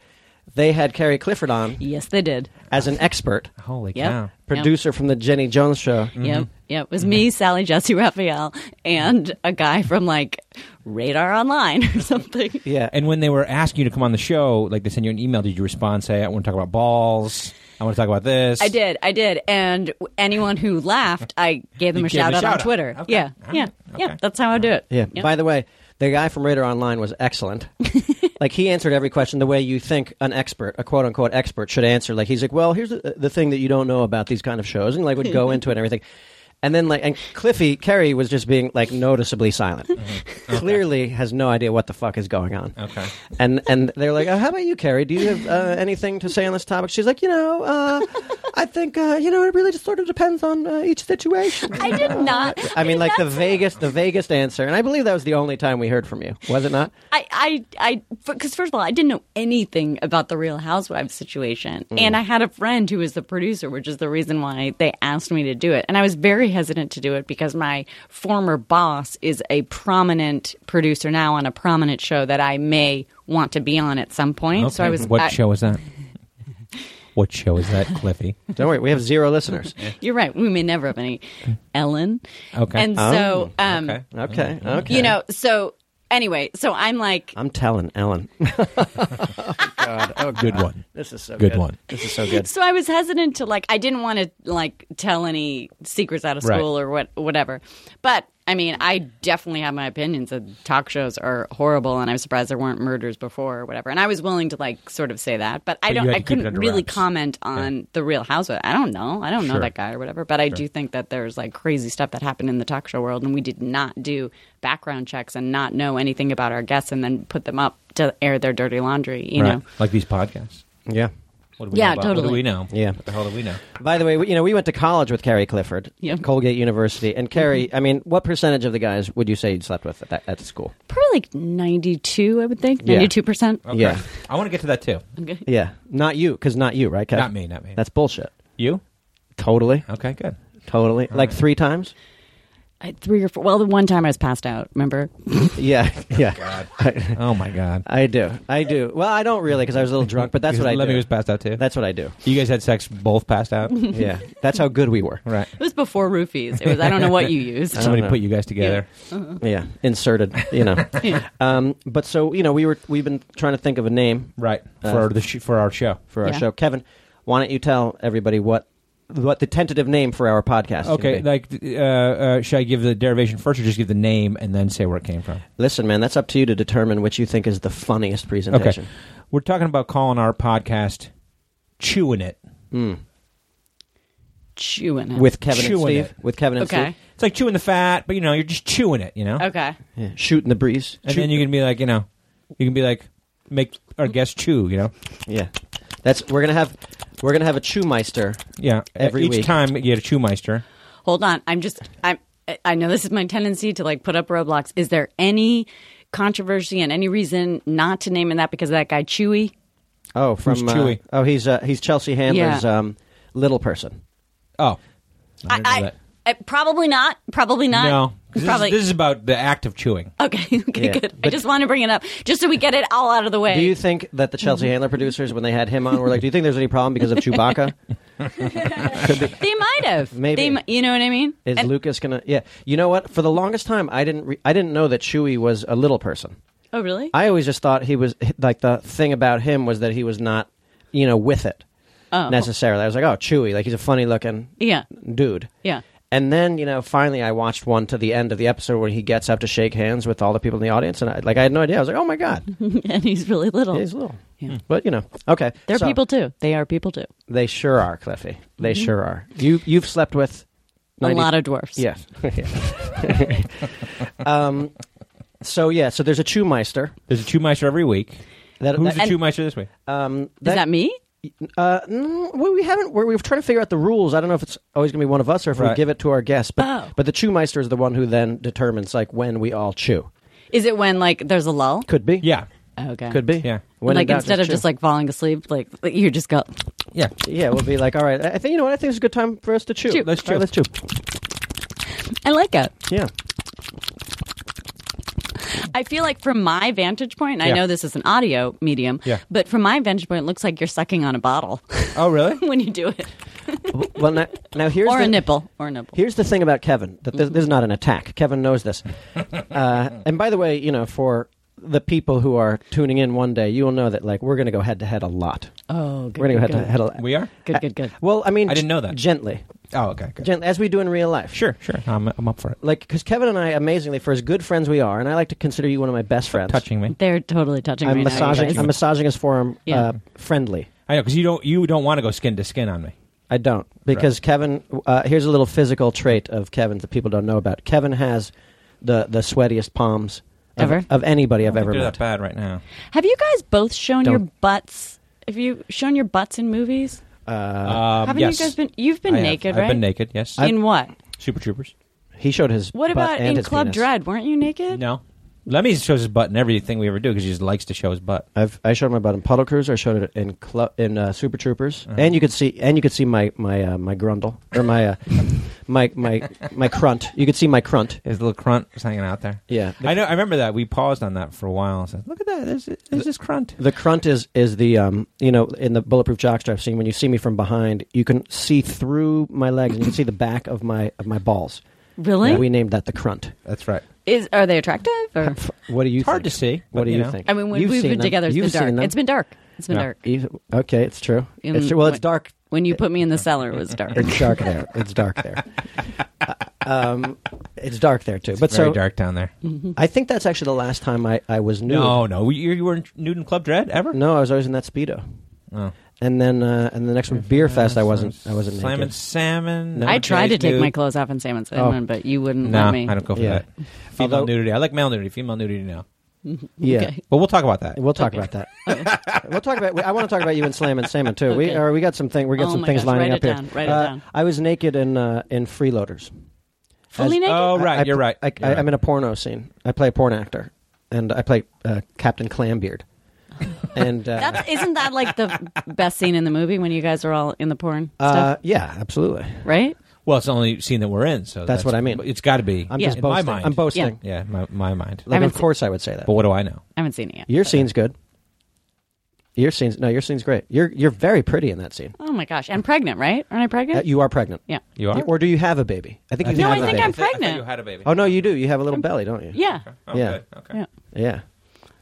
S4: they had carrie clifford on
S6: Yes, they did.
S4: as an expert
S5: Holy
S6: Yep.
S5: cow!
S4: producer from the Jenny Jones show.
S5: Mm-hmm.
S6: Yep. Yep. It was me, Sally Jesse Raphael, and a guy from like Radar Online or something.
S4: Yeah.
S5: And when they were asking you to come on the show, like they sent you an email, did you respond? Say, I want to talk about balls. I want to talk about this.
S6: I did. I did. And w- anyone who laughed, I gave them
S5: You
S6: a
S5: gave
S6: shout
S5: a
S6: out on
S5: shout-out.
S6: Twitter.
S5: Okay.
S6: Yeah.
S5: All right.
S6: Yeah.
S5: Okay.
S6: Yeah. That's how I do it.
S4: yeah.
S6: Yep.
S4: By the way, the guy from Radar Online was excellent. like he answered every question the way you think an expert, a quote unquote expert, should answer. Like he's like, well, here's the, the thing that you don't know about these kind of shows, and like would go into it and everything. And then like, and Cliffy Kerry was just being like noticeably silent. Clearly has no idea what the fuck is going on.
S5: Mm-hmm. Okay.
S4: and and they're like, oh, "How about you, Carrie? Do you have uh, anything to say on this topic?" She's like, "You know, uh, I think uh, you know it really just sort of depends on uh, each situation."
S6: I did not.
S4: I mean, like the
S6: That's-
S4: vaguest, the vaguest answer, and I believe that was the only time we heard from you, was it not?
S6: I, I, I, because first of all, I didn't know anything about the Real Housewives situation,
S5: Mm.
S6: and I had a friend who was the producer, which is the reason why they asked me to do it. And I was very hesitant to do it because my former boss is a prominent producer now on a prominent show that I may want to be on at some point. So I
S5: Okay.
S6: was
S5: What
S6: I-
S5: show was that? What show is that, Cliffy?
S4: Don't worry, we have zero listeners.
S6: You're right. We may never have any Ellen.
S5: Okay. Oh,
S6: And so, um,
S5: okay.
S4: Okay, okay.
S6: you know, so anyway, so I'm like,
S4: I'm telling Ellen.
S5: Oh, good one.
S4: This is so
S5: Good
S4: good.
S5: one.
S4: This is so good.
S6: so I was hesitant to like, I didn't want to like tell any secrets out of
S5: Right.
S6: school or what, whatever. But I mean, I definitely have my opinions that talk shows are horrible, and I'm surprised there weren't murders before or whatever. And I was willing to like sort of say that, but I
S5: But you
S6: don't,
S5: had to
S6: I
S5: keep it
S6: couldn't
S5: under
S6: really
S5: wraps.
S6: comment on the Real Housewives. I don't know, I don't know
S5: Sure.
S6: that guy or whatever. But I do think that there's like crazy stuff that happened in the talk show world, and we did not do background checks and not know anything about our guests, and then put them up to air their dirty laundry. You know.
S5: Like these podcasts.
S4: Yeah.
S5: What do we know
S6: Yeah,
S5: about- What
S6: totally.
S5: do we know?
S4: Yeah.
S5: What the hell do we know?
S4: By the way, we- you know, we went to college with Carrie Clifford,
S6: Yep.
S4: Colgate University, and Carrie.
S6: Mm-hmm.
S4: I mean, what percentage of the guys would you say you slept with at, that, at school?
S6: Probably like 92, I would think.
S4: Yeah.
S6: 92%.
S5: Okay.
S4: Yeah.
S5: I want to get to that too.
S6: Okay.
S4: Yeah, not you, because not you, right? Kev?
S5: Not me, not me.
S4: That's bullshit.
S5: You?
S4: Totally,
S5: Okay, good.
S4: totally. like three times.
S6: I, three or four. Well, the one time I was passed out, remember?
S4: Yeah, yeah.
S5: Oh my God.
S4: I do, I do. Well, I don't really, because I was a little drunk, but that's what I
S5: Let
S4: do.
S5: me was passed out too.
S4: that's what I do.
S5: you guys had sex both passed out,
S4: Yeah, that's how good we were.
S5: right?
S6: It was before roofies. It was, I don't know what you used.
S4: don't
S5: Somebody
S4: know.
S5: put you guys together.
S4: Yeah, inserted. You know.
S6: Yeah.
S4: Um, but so you know, we were we've been trying to think of a name
S5: Right
S4: Uh,
S5: for the sh- for our show.
S4: for our
S6: Yeah.
S4: show. Kevin, why don't you tell everybody what what the tentative name for our podcast? is gonna
S5: Okay,
S4: be?
S5: like uh, uh, should I give the derivation first, or just give the name and then say where it came from?
S4: listen, man, that's up to you to determine which you think is the funniest presentation.
S5: Okay, we're talking about calling our podcast "Chewing It."
S6: Chewing it.
S4: With Kevin and
S5: Chewing
S4: Steve,
S5: it.
S4: with Kevin and
S6: Okay.
S4: Steve,
S5: It's like chewing the fat, but you know you're just chewing it, you know.
S6: Okay.
S4: yeah. shooting the breeze,
S5: And then you can be like, you know, you can be like, make our guest chew, you know.
S4: yeah. That's we're gonna have we're gonna have a Chewmeister.
S5: Yeah,
S4: Every
S5: each
S4: week.
S5: time you get a chewmeister.
S6: Hold on. I'm just, I'm, I know this is my tendency to like put up roadblocks. Is there any controversy and any reason not to name it that because of that guy Chewy?
S4: Oh, from
S5: Who's
S4: uh,
S5: Chewy?
S4: oh, he's uh, he's Chelsea Handler's
S6: Yeah.
S4: um, little person.
S5: Oh,
S6: I,
S5: didn't know
S6: I,
S5: that.
S6: I, probably not. Probably not.
S5: no, 'Cause this,
S6: Probably.
S5: is, this is about the act of chewing.
S6: okay. Okay.
S4: Yeah,
S6: Good. I
S4: but-
S6: just want to bring it up just so we get it all out of the way.
S4: Do you think that the
S6: Mm-hmm.
S4: Chelsea Handler producers, when they had him on, were like, "Do you think there's any problem because of Chewbacca?
S6: they might have.
S4: Maybe.
S6: They, mi- you know what I mean?
S4: Is
S6: And-
S4: Lucas gonna?" Yeah, you know what? For the longest time, I didn't re- I didn't know that Chewie was a little person.
S6: Oh, really?
S4: I always just thought he was like the thing about him was that he was not, you know, with it
S6: Oh.
S4: necessarily. I was like, "Oh, Chewie, like he's a funny looking
S6: Yeah.
S4: dude."
S6: Yeah.
S4: And then you know, finally, I watched one to the end of the episode where he gets up to shake hands with all the people in the audience, and I, like I had no idea. I was like, "Oh my god,
S6: and he's really little.
S4: he's little."
S6: Yeah.
S4: Hmm. But you know, okay,
S6: They're
S4: so-
S6: people too. They are people too.
S4: They sure are, Cliffy. They sure are. You you've slept with
S6: A lot of dwarfs.
S4: yes. um, so yeah, so there's a Chewmeister.
S5: There's a chewmeister every week.
S4: That,
S5: Who's the
S4: that-
S5: chewmeister this week?
S4: um,
S6: Is that me?
S4: uh, mm, well, we haven't. We're, we're trying to figure out the rules. I don't know if it's always going to be one of us or if
S5: Right.
S4: we give it to our guests. But
S6: Oh.
S4: but the Chewmeister is the one who then determines like when we all chew.
S6: Is it when like there's a lull?
S4: Could be.
S5: Yeah,
S6: Okay.
S4: Could be.
S5: Yeah.
S4: When in
S6: like
S4: doubt,
S6: instead of
S4: chew.
S6: just like falling asleep, like you just go.
S5: yeah.
S4: yeah, we'll be like, all right. I I think you know what. I think it's a good time for us to chew.
S6: Chew.
S5: Let's
S4: All right, let's chew.
S6: I like it.
S4: Yeah.
S6: I feel like from my vantage point, and
S5: Yeah.
S6: I know this is an audio medium,
S5: Yeah.
S6: but from my vantage point, it looks like you're sucking on a bottle
S5: Oh, really?
S6: when you do it,
S4: Well, now, now here's
S6: or
S4: the,
S6: a nipple, or a nipple.
S4: Here's the thing about Kevin that this, this is not an attack. Kevin knows this. uh, and by the way, you know, for the people who are tuning in one day, you will know that like we're going to go head to head a lot.
S6: Oh, good.
S4: we're going to
S6: good,
S4: go head to head a lot.
S5: We are.
S6: good. Good. Good. Good.
S4: Well, I mean,
S5: I didn't know that.
S4: Gently,
S5: Oh, okay. Good.
S4: gently, as we do in real life.
S5: Sure, sure. I'm, I'm up for it.
S4: Like, because Kevin and I, amazingly, for as good friends we are, and I like to consider you one of my best friends.
S5: Touching me.
S6: They're totally touching.
S4: I'm
S6: right now, you
S4: massaging.
S6: guys.
S4: I'm massaging his forearm.
S6: Yeah.
S4: Uh, friendly.
S5: I know because you don't you don't want to go skin to skin on me.
S4: I don't because Kevin. Uh, here's a little physical trait of Kevin that people don't know about. Kevin has the the sweatiest palms of,
S6: Ever?
S4: of anybody I've ever
S5: They're
S4: met.
S5: that bad right now.
S6: Have you guys both shown your
S4: Don't-
S6: butts? Have you shown your butts in movies?
S5: Um,
S6: Haven't
S5: yes.
S6: you guys been? You've been
S5: I have.
S6: naked,
S5: I've
S6: right?
S5: been naked. Yes.
S6: In what?
S5: Super Troopers.
S4: He showed his.
S6: What
S4: butt
S6: about
S4: and
S6: in
S4: his
S6: Club
S4: penis.
S6: Dread? Weren't you naked?
S5: No. Lemmy shows his butt in everything we ever do because he just likes to show his butt.
S4: I've I showed my butt in Puddle Cruiser. I showed it in Club in uh, Super Troopers, and you could see and you could see my my uh, my grundle or my uh, my my my crunt. You could see my crunt.
S5: His little crunt was hanging out there.
S4: Yeah.
S5: I know. I remember that. We paused on that for a while and said, "Look at that! There's, there's this crunt."
S4: The crunt is is the um you know in the bulletproof jockstrap scene when you see me from behind you can see through my legs and you can see the back of my of my balls.
S6: Really?
S4: Yeah, we named that the crunt.
S5: That's right.
S6: Is are they attractive? Or
S4: What do you?
S5: It's hard
S4: think?
S5: to see,
S4: What
S5: but,
S4: do
S5: you
S4: you
S5: know.
S4: think?
S6: I mean, when
S4: You've
S6: we've
S4: seen
S6: been
S4: them.
S6: together, it's
S4: You've
S6: been
S4: seen
S6: dark.
S4: them.
S6: It's been dark. It's been
S5: Yeah.
S6: dark.
S4: You've- okay, it's true.
S6: In
S4: It's true. Well, it's
S6: what-
S4: dark.
S6: When you put me in the cellar, it was dark.
S4: It's dark there. It's dark there. Uh, um, it's dark there too. but
S5: Very
S4: so
S5: dark down there.
S4: I think that's actually the last time I, I was nude.
S5: No, no. You, you were in nude in Club Dread ever?
S4: No, I was always in that speedo.
S5: Oh.
S4: And then uh, and the next one, beer fest. I wasn't. I wasn't
S5: Slamming
S4: naked.
S5: salmon.
S4: No.
S6: I tried to
S5: Jay's
S6: take
S5: nude.
S6: my clothes off in San
S4: Oh.
S6: Simon, but you wouldn't
S5: No,
S6: let me.
S5: I don't go for
S4: Yeah.
S5: that. Female
S4: Although-
S5: nudity. I like male nudity. Female nudity now.
S4: Yeah.
S6: Okay.
S5: But we'll talk about that.
S4: We'll talk about that. we'll talk about. I want to talk about you and Slam and Salmon too. We
S6: Okay.
S4: are. We got some thing. We got
S6: Oh
S4: some
S6: my
S4: things
S6: gosh,
S4: lining up
S6: write it
S4: here.
S6: down, write it
S4: Uh,
S6: down.
S4: I was naked in uh, in freeloaders.
S6: Fully naked?
S5: Oh, right.
S4: I- I-
S5: you're right.
S4: I,
S5: You're
S4: I,
S5: right.
S4: am in a porno scene. I play a porn actor, and I play uh, Captain Clambeard. and uh,
S6: That's, isn't that like the best scene in the movie when you guys are all in the porn
S4: uh,
S6: stuff,
S4: yeah, absolutely.
S6: right?
S5: Well, it's the only scene that we're in, so
S4: That's what I mean.
S5: It's got to be.
S4: I'm
S6: Yeah.
S4: just
S5: in
S4: boasting.
S5: my mind.
S4: I'm boasting.
S5: Yeah, my, my mind.
S4: Like,
S6: haven't
S4: of
S6: seen-
S4: course, I would say that.
S5: But what do I know?
S6: I haven't seen it yet.
S4: Your scene's good. Your scene's no. Your scene's great. You're you're very pretty in that scene.
S6: Oh my gosh, I'm pregnant, right? Aren't I
S4: Uh,
S6: pregnant?
S4: you are pregnant.
S6: yeah.
S5: You are.
S4: Or do you have a baby? I think you
S6: No,
S4: have
S6: I
S4: a
S6: think
S4: baby.
S6: I'm
S5: I thought- I thought
S6: pregnant.
S5: you had a baby.
S4: Oh no, you do. You have a little belly, don't you?
S6: Yeah.
S5: Oh,
S4: yeah.
S5: good, Okay.
S6: Yeah.
S4: Yeah.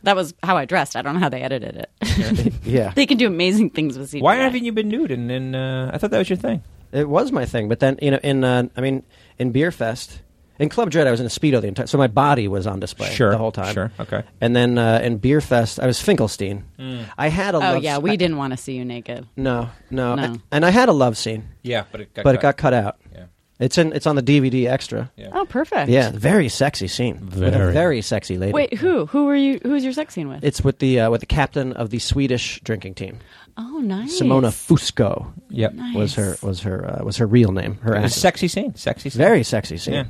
S6: That was how I dressed. I don't know how they edited it.
S4: Yeah.
S6: they can do amazing things with CGI.
S5: Why haven't you been nude? And, and uh, I thought that was your thing.
S4: It was my thing, but then you know, in uh, I mean, in Beer Fest, in Club Dread, I was in a speedo the entire, so my body was on display
S5: Sure,
S4: the whole time.
S5: sure, okay.
S4: And then uh, in Beer Fest, I was Finkelstein.
S5: Mm.
S4: I had a
S6: Oh
S4: love
S6: yeah,
S4: s-
S6: we
S4: I-
S6: didn't want to see you naked.
S4: No, no,
S6: No.
S4: And, and I had a love scene,
S5: Yeah, but it got.
S4: but it got cut out.
S5: Yeah.
S4: It's in it's on the DVD extra.
S5: Yeah.
S6: Oh, perfect.
S4: Yeah, very sexy scene with a
S5: Very.
S4: very sexy lady.
S6: Wait, who? Who were you? Who's your sex scene with?
S4: It's with the uh, with the captain of the Swedish drinking team,
S6: oh, nice.
S4: Simona Fusko.
S5: Yep.
S4: Was her
S6: Nice.
S4: was her uh, was her real name? Her
S5: It was a
S4: actress.
S5: sexy scene. Sexy scene.
S4: Very sexy scene.
S5: Yeah.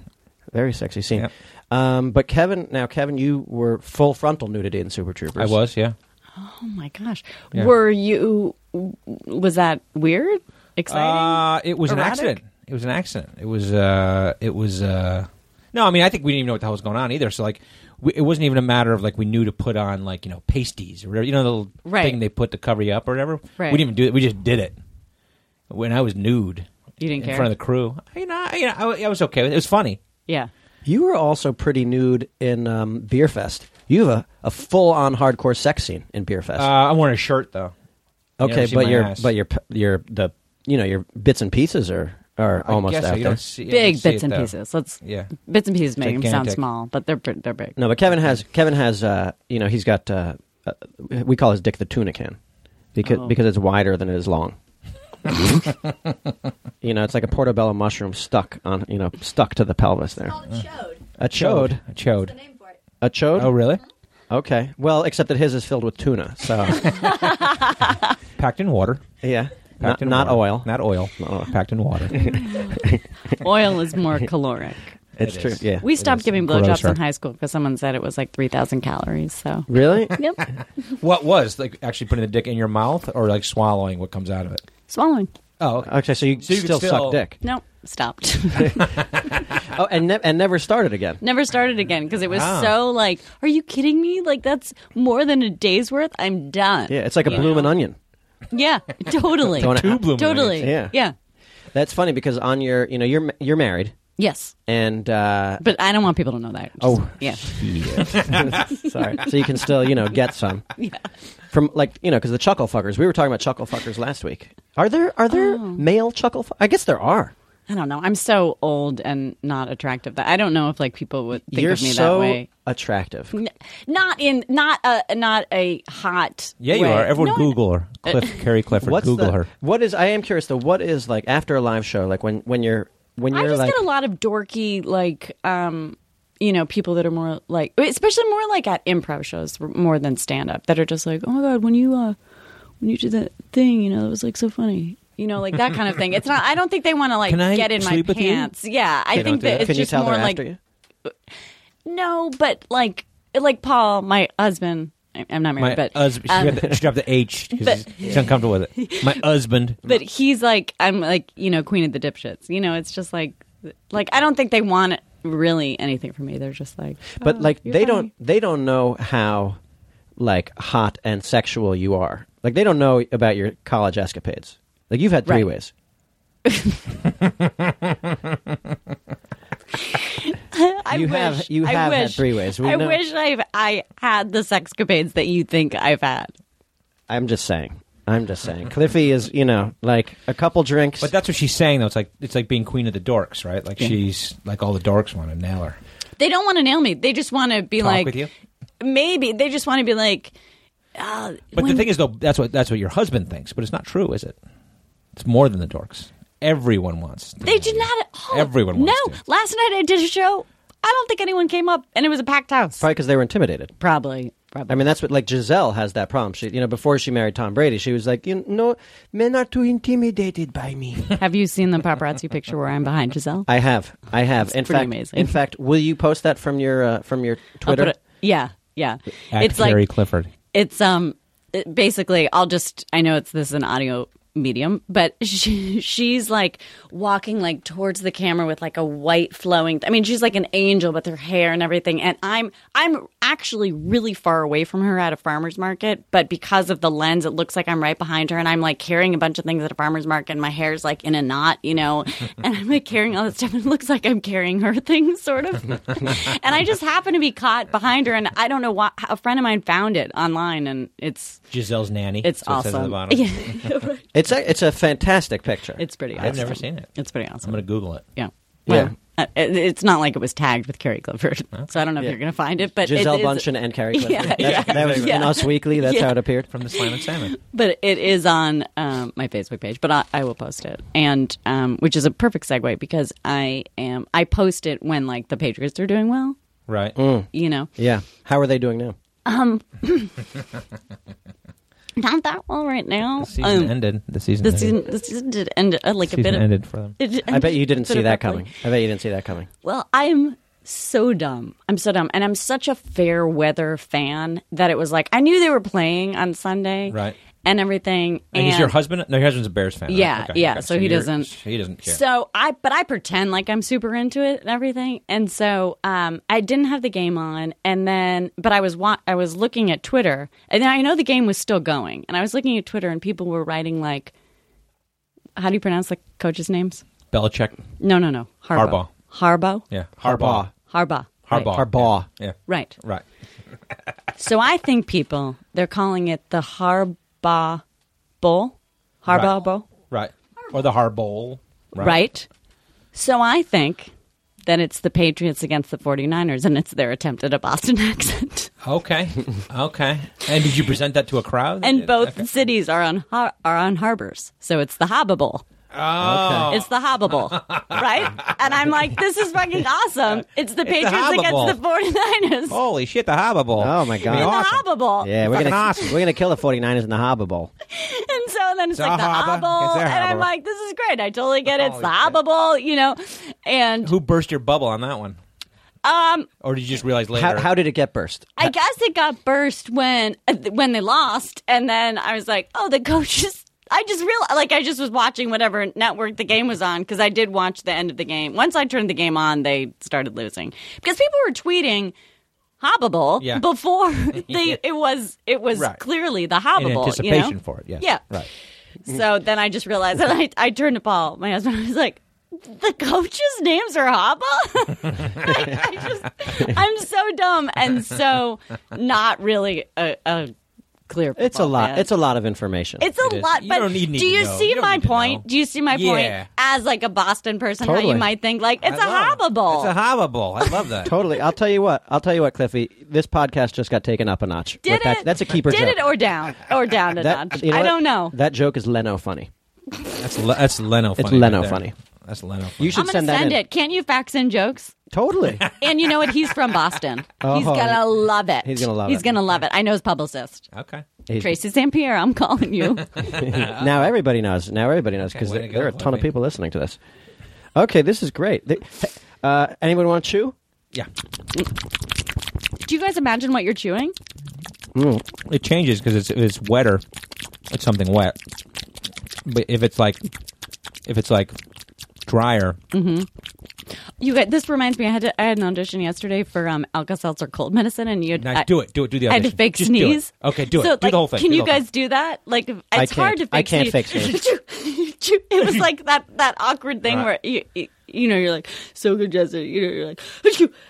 S4: Very sexy scene.
S5: Yeah.
S4: Um, but Kevin, now Kevin, you were full frontal nudity in Super Troopers.
S5: I was. Yeah.
S6: Oh my gosh.
S5: Yeah.
S6: Were you? Was that weird? Exciting?
S5: Uh, it was an
S6: Erratic?
S5: accident. It was an accident. It was. Uh, it was. Uh, no, I mean, I think we didn't even know what the hell was going on either. So like, we, it wasn't even a matter of like we knew to put on like you know pasties or whatever. You know the little
S6: Right.
S5: thing they put to cover you up or whatever.
S6: Right.
S5: We didn't even do it. We just did it. When I was nude,
S6: You
S5: in
S6: didn't care?
S5: front of the crew. You know, I, you know, I, I was okay with it. It was funny.
S6: yeah.
S4: You were also pretty nude in um, Beer Fest. You have a, a full on hardcore sex scene in Beer Fest.
S5: Uh, I'm wearing a shirt though. you
S4: okay,
S5: never see
S4: but
S5: my
S4: your
S5: ass.
S4: but your p- your the you know your bits and pieces are are
S5: I
S4: almost
S5: guess so.
S4: out
S5: You
S4: there.
S5: don't see- you
S6: Big
S5: don't see it,
S6: bits and
S5: though.
S6: pieces. Let's
S5: Yeah.
S6: bits and pieces make them sound
S5: Gigantic.
S6: small, but they're pr- they're big.
S4: No, but Kevin has Kevin has uh, you know he's got uh, uh, we call his dick the tuna can because
S6: Oh.
S4: because it's wider than it is long. you know, it's like a portobello mushroom stuck on you know stuck to the pelvis there.
S2: called chode.
S4: A chode,
S5: A
S2: That's the
S5: chode.
S2: name for it.
S4: a chode.
S5: Oh really?
S4: Okay. Well, except that his is filled with tuna, so
S5: Packed in water.
S4: yeah, not,
S5: Packed in
S4: not
S5: water.
S4: oil.
S5: Not oil.
S4: oil.
S5: Packed in water.
S6: Oil is more caloric.
S4: it's
S5: It
S4: true.
S5: is.
S4: Yeah.
S6: We stopped giving blowjobs
S5: grosser.
S6: in high school because someone said it was like three thousand calories. So
S4: really?
S6: yep,
S5: What was like actually putting the dick in your mouth or like swallowing what comes out of it?
S6: swallowing.
S5: Oh, okay.
S4: Okay, so you,
S5: So you could
S4: still,
S5: still-
S4: suck dick.
S6: No, stopped.
S4: Oh, and ne- and never started again.
S6: Never started again because it was
S5: Wow.
S6: so like, are you kidding me? Like that's more than a day's worth. I'm done.
S4: Yeah, it's like a
S6: You know?
S4: bloomin' onion.
S6: Yeah, totally.
S4: Don't- Two
S5: blooming
S6: totally.
S4: onions. Yeah.
S6: Yeah.
S4: That's funny because on your you know you're ma- you're married
S6: Yes.
S4: and uh,
S6: But I don't want people to know that. Just-
S4: Oh.
S6: Yeah.
S4: Sorry. So you can still, you know, get some from like you know because the chuckle fuckers. We were talking about chuckle fuckers last week. Are there are
S6: Oh.
S4: there male chuckle? Fu- I guess there are.
S6: I don't know. I'm so old and not attractive that I don't know if like people would think
S4: You're
S6: of me
S4: so
S6: that way.
S4: attractive.
S6: N- Not in not a not a hot.
S5: Yeah, you
S6: way.
S5: are. Everyone
S6: No, I- Uh,
S5: Google her. Cliff, Carrie Clifford. Google
S4: the,
S5: her.
S4: What is? I am curious though. What is like after a live show? Like when when you're when
S6: I
S4: you're
S6: just
S4: like
S6: get a lot of dorky, like, um, you know, people that are more like, especially more like at improv shows more than stand up, that are just like, oh my god, when you uh, when you did that thing, you know, it was like so funny. You know, like that kind of thing. It's not. I don't think they want to like
S5: Can I
S6: get in my
S5: sleep with you?
S6: pants. Yeah, I
S5: They don't
S6: think
S5: do that.
S6: that it's
S4: can you
S6: just
S4: tell
S6: more
S4: they're
S6: like
S4: after you?
S6: no, but like like Paul, my husband. I- I'm not
S5: My
S6: married, but
S5: husband.
S6: um,
S5: she, dropped the, she dropped the H because
S6: but-
S5: she's uncomfortable with it. My husband.
S6: but he's like, I'm like, you know, queen of the dipshits. You know, it's just like Like, I don't think they want really anything from me. They're just like,
S4: but
S6: "Oh,
S4: like
S6: you're
S4: they
S6: funny."
S4: don't they don't know how like hot and sexual you are like they don't know about your college escapades like you've had
S6: Right.
S4: three ways
S6: I
S4: you
S6: wish,
S4: have- you
S6: I
S4: have had
S6: wish-
S4: three ways. We
S6: I
S4: know.
S6: wish I've I had the sexcapades that you think I've had.
S4: i'm just saying i'm just saying cliffy is you know like a couple drinks
S5: But that's what she's saying though. It's like it's like being queen of the dorks, right? Like she's like all the dorks want to nail her.
S6: They don't want to nail me. They just want to be
S5: Talk
S6: like,
S5: with you.
S6: maybe they just want to be like. Uh,
S5: But the thing is though, that's what that's what your husband thinks, but it's not true, is it? It's more than the dorks. Everyone wants. to
S6: they
S5: nail
S6: did
S5: you.
S6: not at all.
S5: Everyone
S6: No,
S5: wants to.
S6: last night I did a show. I don't think anyone came up, and it was a packed house.
S4: probably because they were intimidated
S6: Probably, probably.
S4: I mean, that's what like Giselle has that problem. She, you know, before she married Tom Brady, she was like, you know, men are too intimidated by me.
S6: Have you seen the paparazzi picture where I'm behind Giselle?
S4: I have, I have. in
S6: pretty
S4: fact,
S6: amazing.
S4: in fact, will you post that from your uh, from your
S6: I'll put
S4: Twitter?
S6: it- yeah, yeah.
S5: Act
S6: it's
S5: Gary
S6: like
S5: Clifford.
S6: it's um it- basically I'll just I know it's this is an audio medium, but she, she's like walking like towards the camera with like a white flowing. I mean, she's like an angel with her hair and everything. And I'm I'm actually really far away from her at a farmer's market, but because of the lens, it looks like I'm right behind her, and I'm like carrying a bunch of things at a farmer's market. And my hair's like in a knot, you know, and I'm like carrying all this stuff, and it looks like I'm carrying her things, sort of. and I just happened to be caught behind her, and I don't know why. A friend of mine found it online, and it's
S5: Giselle's nanny.
S6: it's
S5: so It says at the
S6: awesome.
S5: bottom.
S6: Yeah, right.
S4: It's a it's a fantastic picture.
S6: it's pretty. awesome.
S5: I've never seen it.
S6: It's pretty
S5: I'm
S6: awesome.
S5: going to Google it.
S6: Yeah.
S4: Yeah.
S6: Well, uh, it- it's not like it was tagged with Carrie Clifford, so I don't know if
S4: Yeah.
S6: you're going to find it. But
S4: Giselle
S6: it is,
S4: Bunchen and Carrie Clifford.
S6: Yeah,
S4: That's-
S6: yeah,
S4: that was in
S6: yeah.
S4: Us Weekly. That's
S6: Yeah.
S4: how it appeared.
S5: From the Slam and Salmon.
S6: but it is on um, my Facebook page. But I, I will post it, and um, which is a perfect segue because I am I post it when like the Patriots are doing well,
S5: Right.
S6: you know,
S4: Yeah. How are they doing now?
S6: not that well right now.
S5: The season
S6: Um,
S5: ended. The season
S6: the
S5: ended.
S6: season, the season did end uh, like
S5: season
S6: a bit of
S5: ended for them.
S6: It-
S4: I bet you didn't
S6: it's been
S4: see that
S6: abruptly.
S4: coming. I bet you didn't see that coming.
S6: Well, I'm so dumb. I'm so dumb. And I'm such a fair weather fan that it was like, I knew they were playing on Sunday.
S5: Right.
S6: And everything.
S5: And he's your husband? No, your husband's a Bears fan. right?
S6: Yeah,
S5: Okay,
S6: yeah,
S5: okay.
S6: so he
S5: you're-
S6: doesn't-
S5: He doesn't care.
S6: So I, but I pretend like I'm super into it and everything, and so um, I didn't have the game on, and then, but I was wa- I was looking at Twitter, and then I know the game was still going, and I was looking at Twitter, and people were writing like, how do you pronounce the coaches' names?
S5: Belichick.
S6: No, no, no, Harbaugh, Harbaugh,
S5: Yeah.
S4: Harbaugh.
S6: Harbaugh, Right.
S5: Harbaugh.
S4: Harbaugh.
S5: Yeah.
S6: right?
S5: Right.
S6: So I think people they're calling it the Harbaugh Bowl, Harbaugh
S5: Right.
S6: Bowl,
S5: Right. Or the Harbowl.
S6: right. So I think that it's the Patriots against the 49ers and it's their attempt at a Boston accent.
S5: Okay. Okay. And did you present that to a crowd?
S6: And both
S5: Okay.
S6: cities are on har- are on harbors. So it's the Hobble Bowl.
S5: Oh.
S6: It's the Hobble Bowl, right? And I'm like, this is fucking awesome. It's the Patriots
S5: Hobble Bowl.
S6: against the 49ers.
S5: Holy shit, the Harbowl.
S4: Oh, my God.
S5: Be
S4: The
S5: awesome.
S6: The Hobble Bowl.
S4: Yeah, we're gonna
S5: Fucking awesome.
S4: we're gonna kill the 49ers in the Harbor Bowl.
S6: And so then it's
S5: It's
S6: like the
S5: a harbor. It's
S6: Hobble.
S5: a
S6: And I'm
S5: harbor.
S6: like, this is great. I totally get it. It's the
S5: Holy shit.
S6: Hobble Bowl, you know? And
S5: Who burst your bubble on that one?
S6: um,
S5: Or did you just realize later?
S4: How, how did it get burst?
S6: I guess it got burst when uh, when they lost, and then I was like, oh, the coaches. I just realized, like, I just was watching whatever network the game was on because I did watch the end of the game. Once I turned the game on, they started losing because people were tweeting "Hobbable"
S5: Yeah.
S6: before they it was it was
S5: Right.
S6: clearly the
S5: in
S6: Hobbable
S5: anticipation
S6: you know?
S5: for it, yes.
S6: Yeah.
S5: Right.
S6: So then I just realized, and I, I turned to Paul, my husband. I was like, "The coaches' names are Haba." I just, I'm so dumb and so not really a, a clear.
S4: It's a
S6: football
S4: lot.
S6: fan.
S4: It's a lot of information.
S6: It's a
S5: It is.
S6: lot,
S5: You
S6: but
S5: don't need- need
S6: do
S5: to
S6: you
S5: know.
S6: see
S5: You don't
S6: my
S5: need to
S6: point?
S5: know.
S6: Do you see my
S5: Yeah.
S6: point as like a Boston person? How
S4: Totally.
S6: you might think like it's a
S5: I love it.
S6: Haba bowl.
S5: It's a Harbowl. I love that.
S4: totally. I'll tell you what. I'll tell you what, Cliffy. This podcast just got taken up a notch.
S6: Did
S4: with that-
S6: it?
S4: That's a keeper
S6: Did
S4: joke.
S6: it or down or down a
S4: That-
S6: notch?
S4: you know
S6: I
S4: what?
S6: don't know.
S4: That joke is Leno funny.
S5: That's, Le- that's Leno funny.
S4: It's Leno
S5: right there.
S4: funny.
S5: That's Leno funny.
S4: You should
S6: I'm gonna
S4: send
S6: send,
S4: that in.
S6: it. Can't you fax in jokes?
S4: Totally.
S6: And you know what? He's from Boston.
S4: Oh.
S6: he's gonna love it.
S4: He's gonna love
S6: He's
S4: it.
S6: gonna love it. I know his publicist,
S5: Okay.
S4: He's-
S6: Tracy St. Pierre. I'm calling you.
S4: now everybody knows. Now everybody knows because
S5: way
S4: there,
S5: to go,
S4: there are a ton of
S5: Fluffy.
S4: people listening to this. Okay, this is great. They- Uh, anyone want to chew?
S5: Yeah.
S6: Do you guys imagine what you're chewing?
S5: It changes because it's it's wetter. It's something wet.
S6: Mm,
S5: But if it's like if it's like drier,
S6: You guys, this reminds me. I had to, I had an audition yesterday for um, Alka Seltzer cold medicine, and you had
S5: Nice.
S6: I-
S5: do it. Do it. Do the
S6: I
S5: audition.
S6: had to fake
S5: Just do it.
S6: sneeze.
S5: Okay, do it.
S6: So,
S5: do
S6: like,
S5: the whole thing.
S6: Can
S5: Do
S6: you
S5: the whole
S6: guys
S5: thing.
S6: do that? Like, it's
S4: I
S6: hard to
S4: can't.
S6: fake
S4: I can't fake
S6: sneeze. it was like that that awkward thing where you, you you know you're like so good, Jesse. You know you're like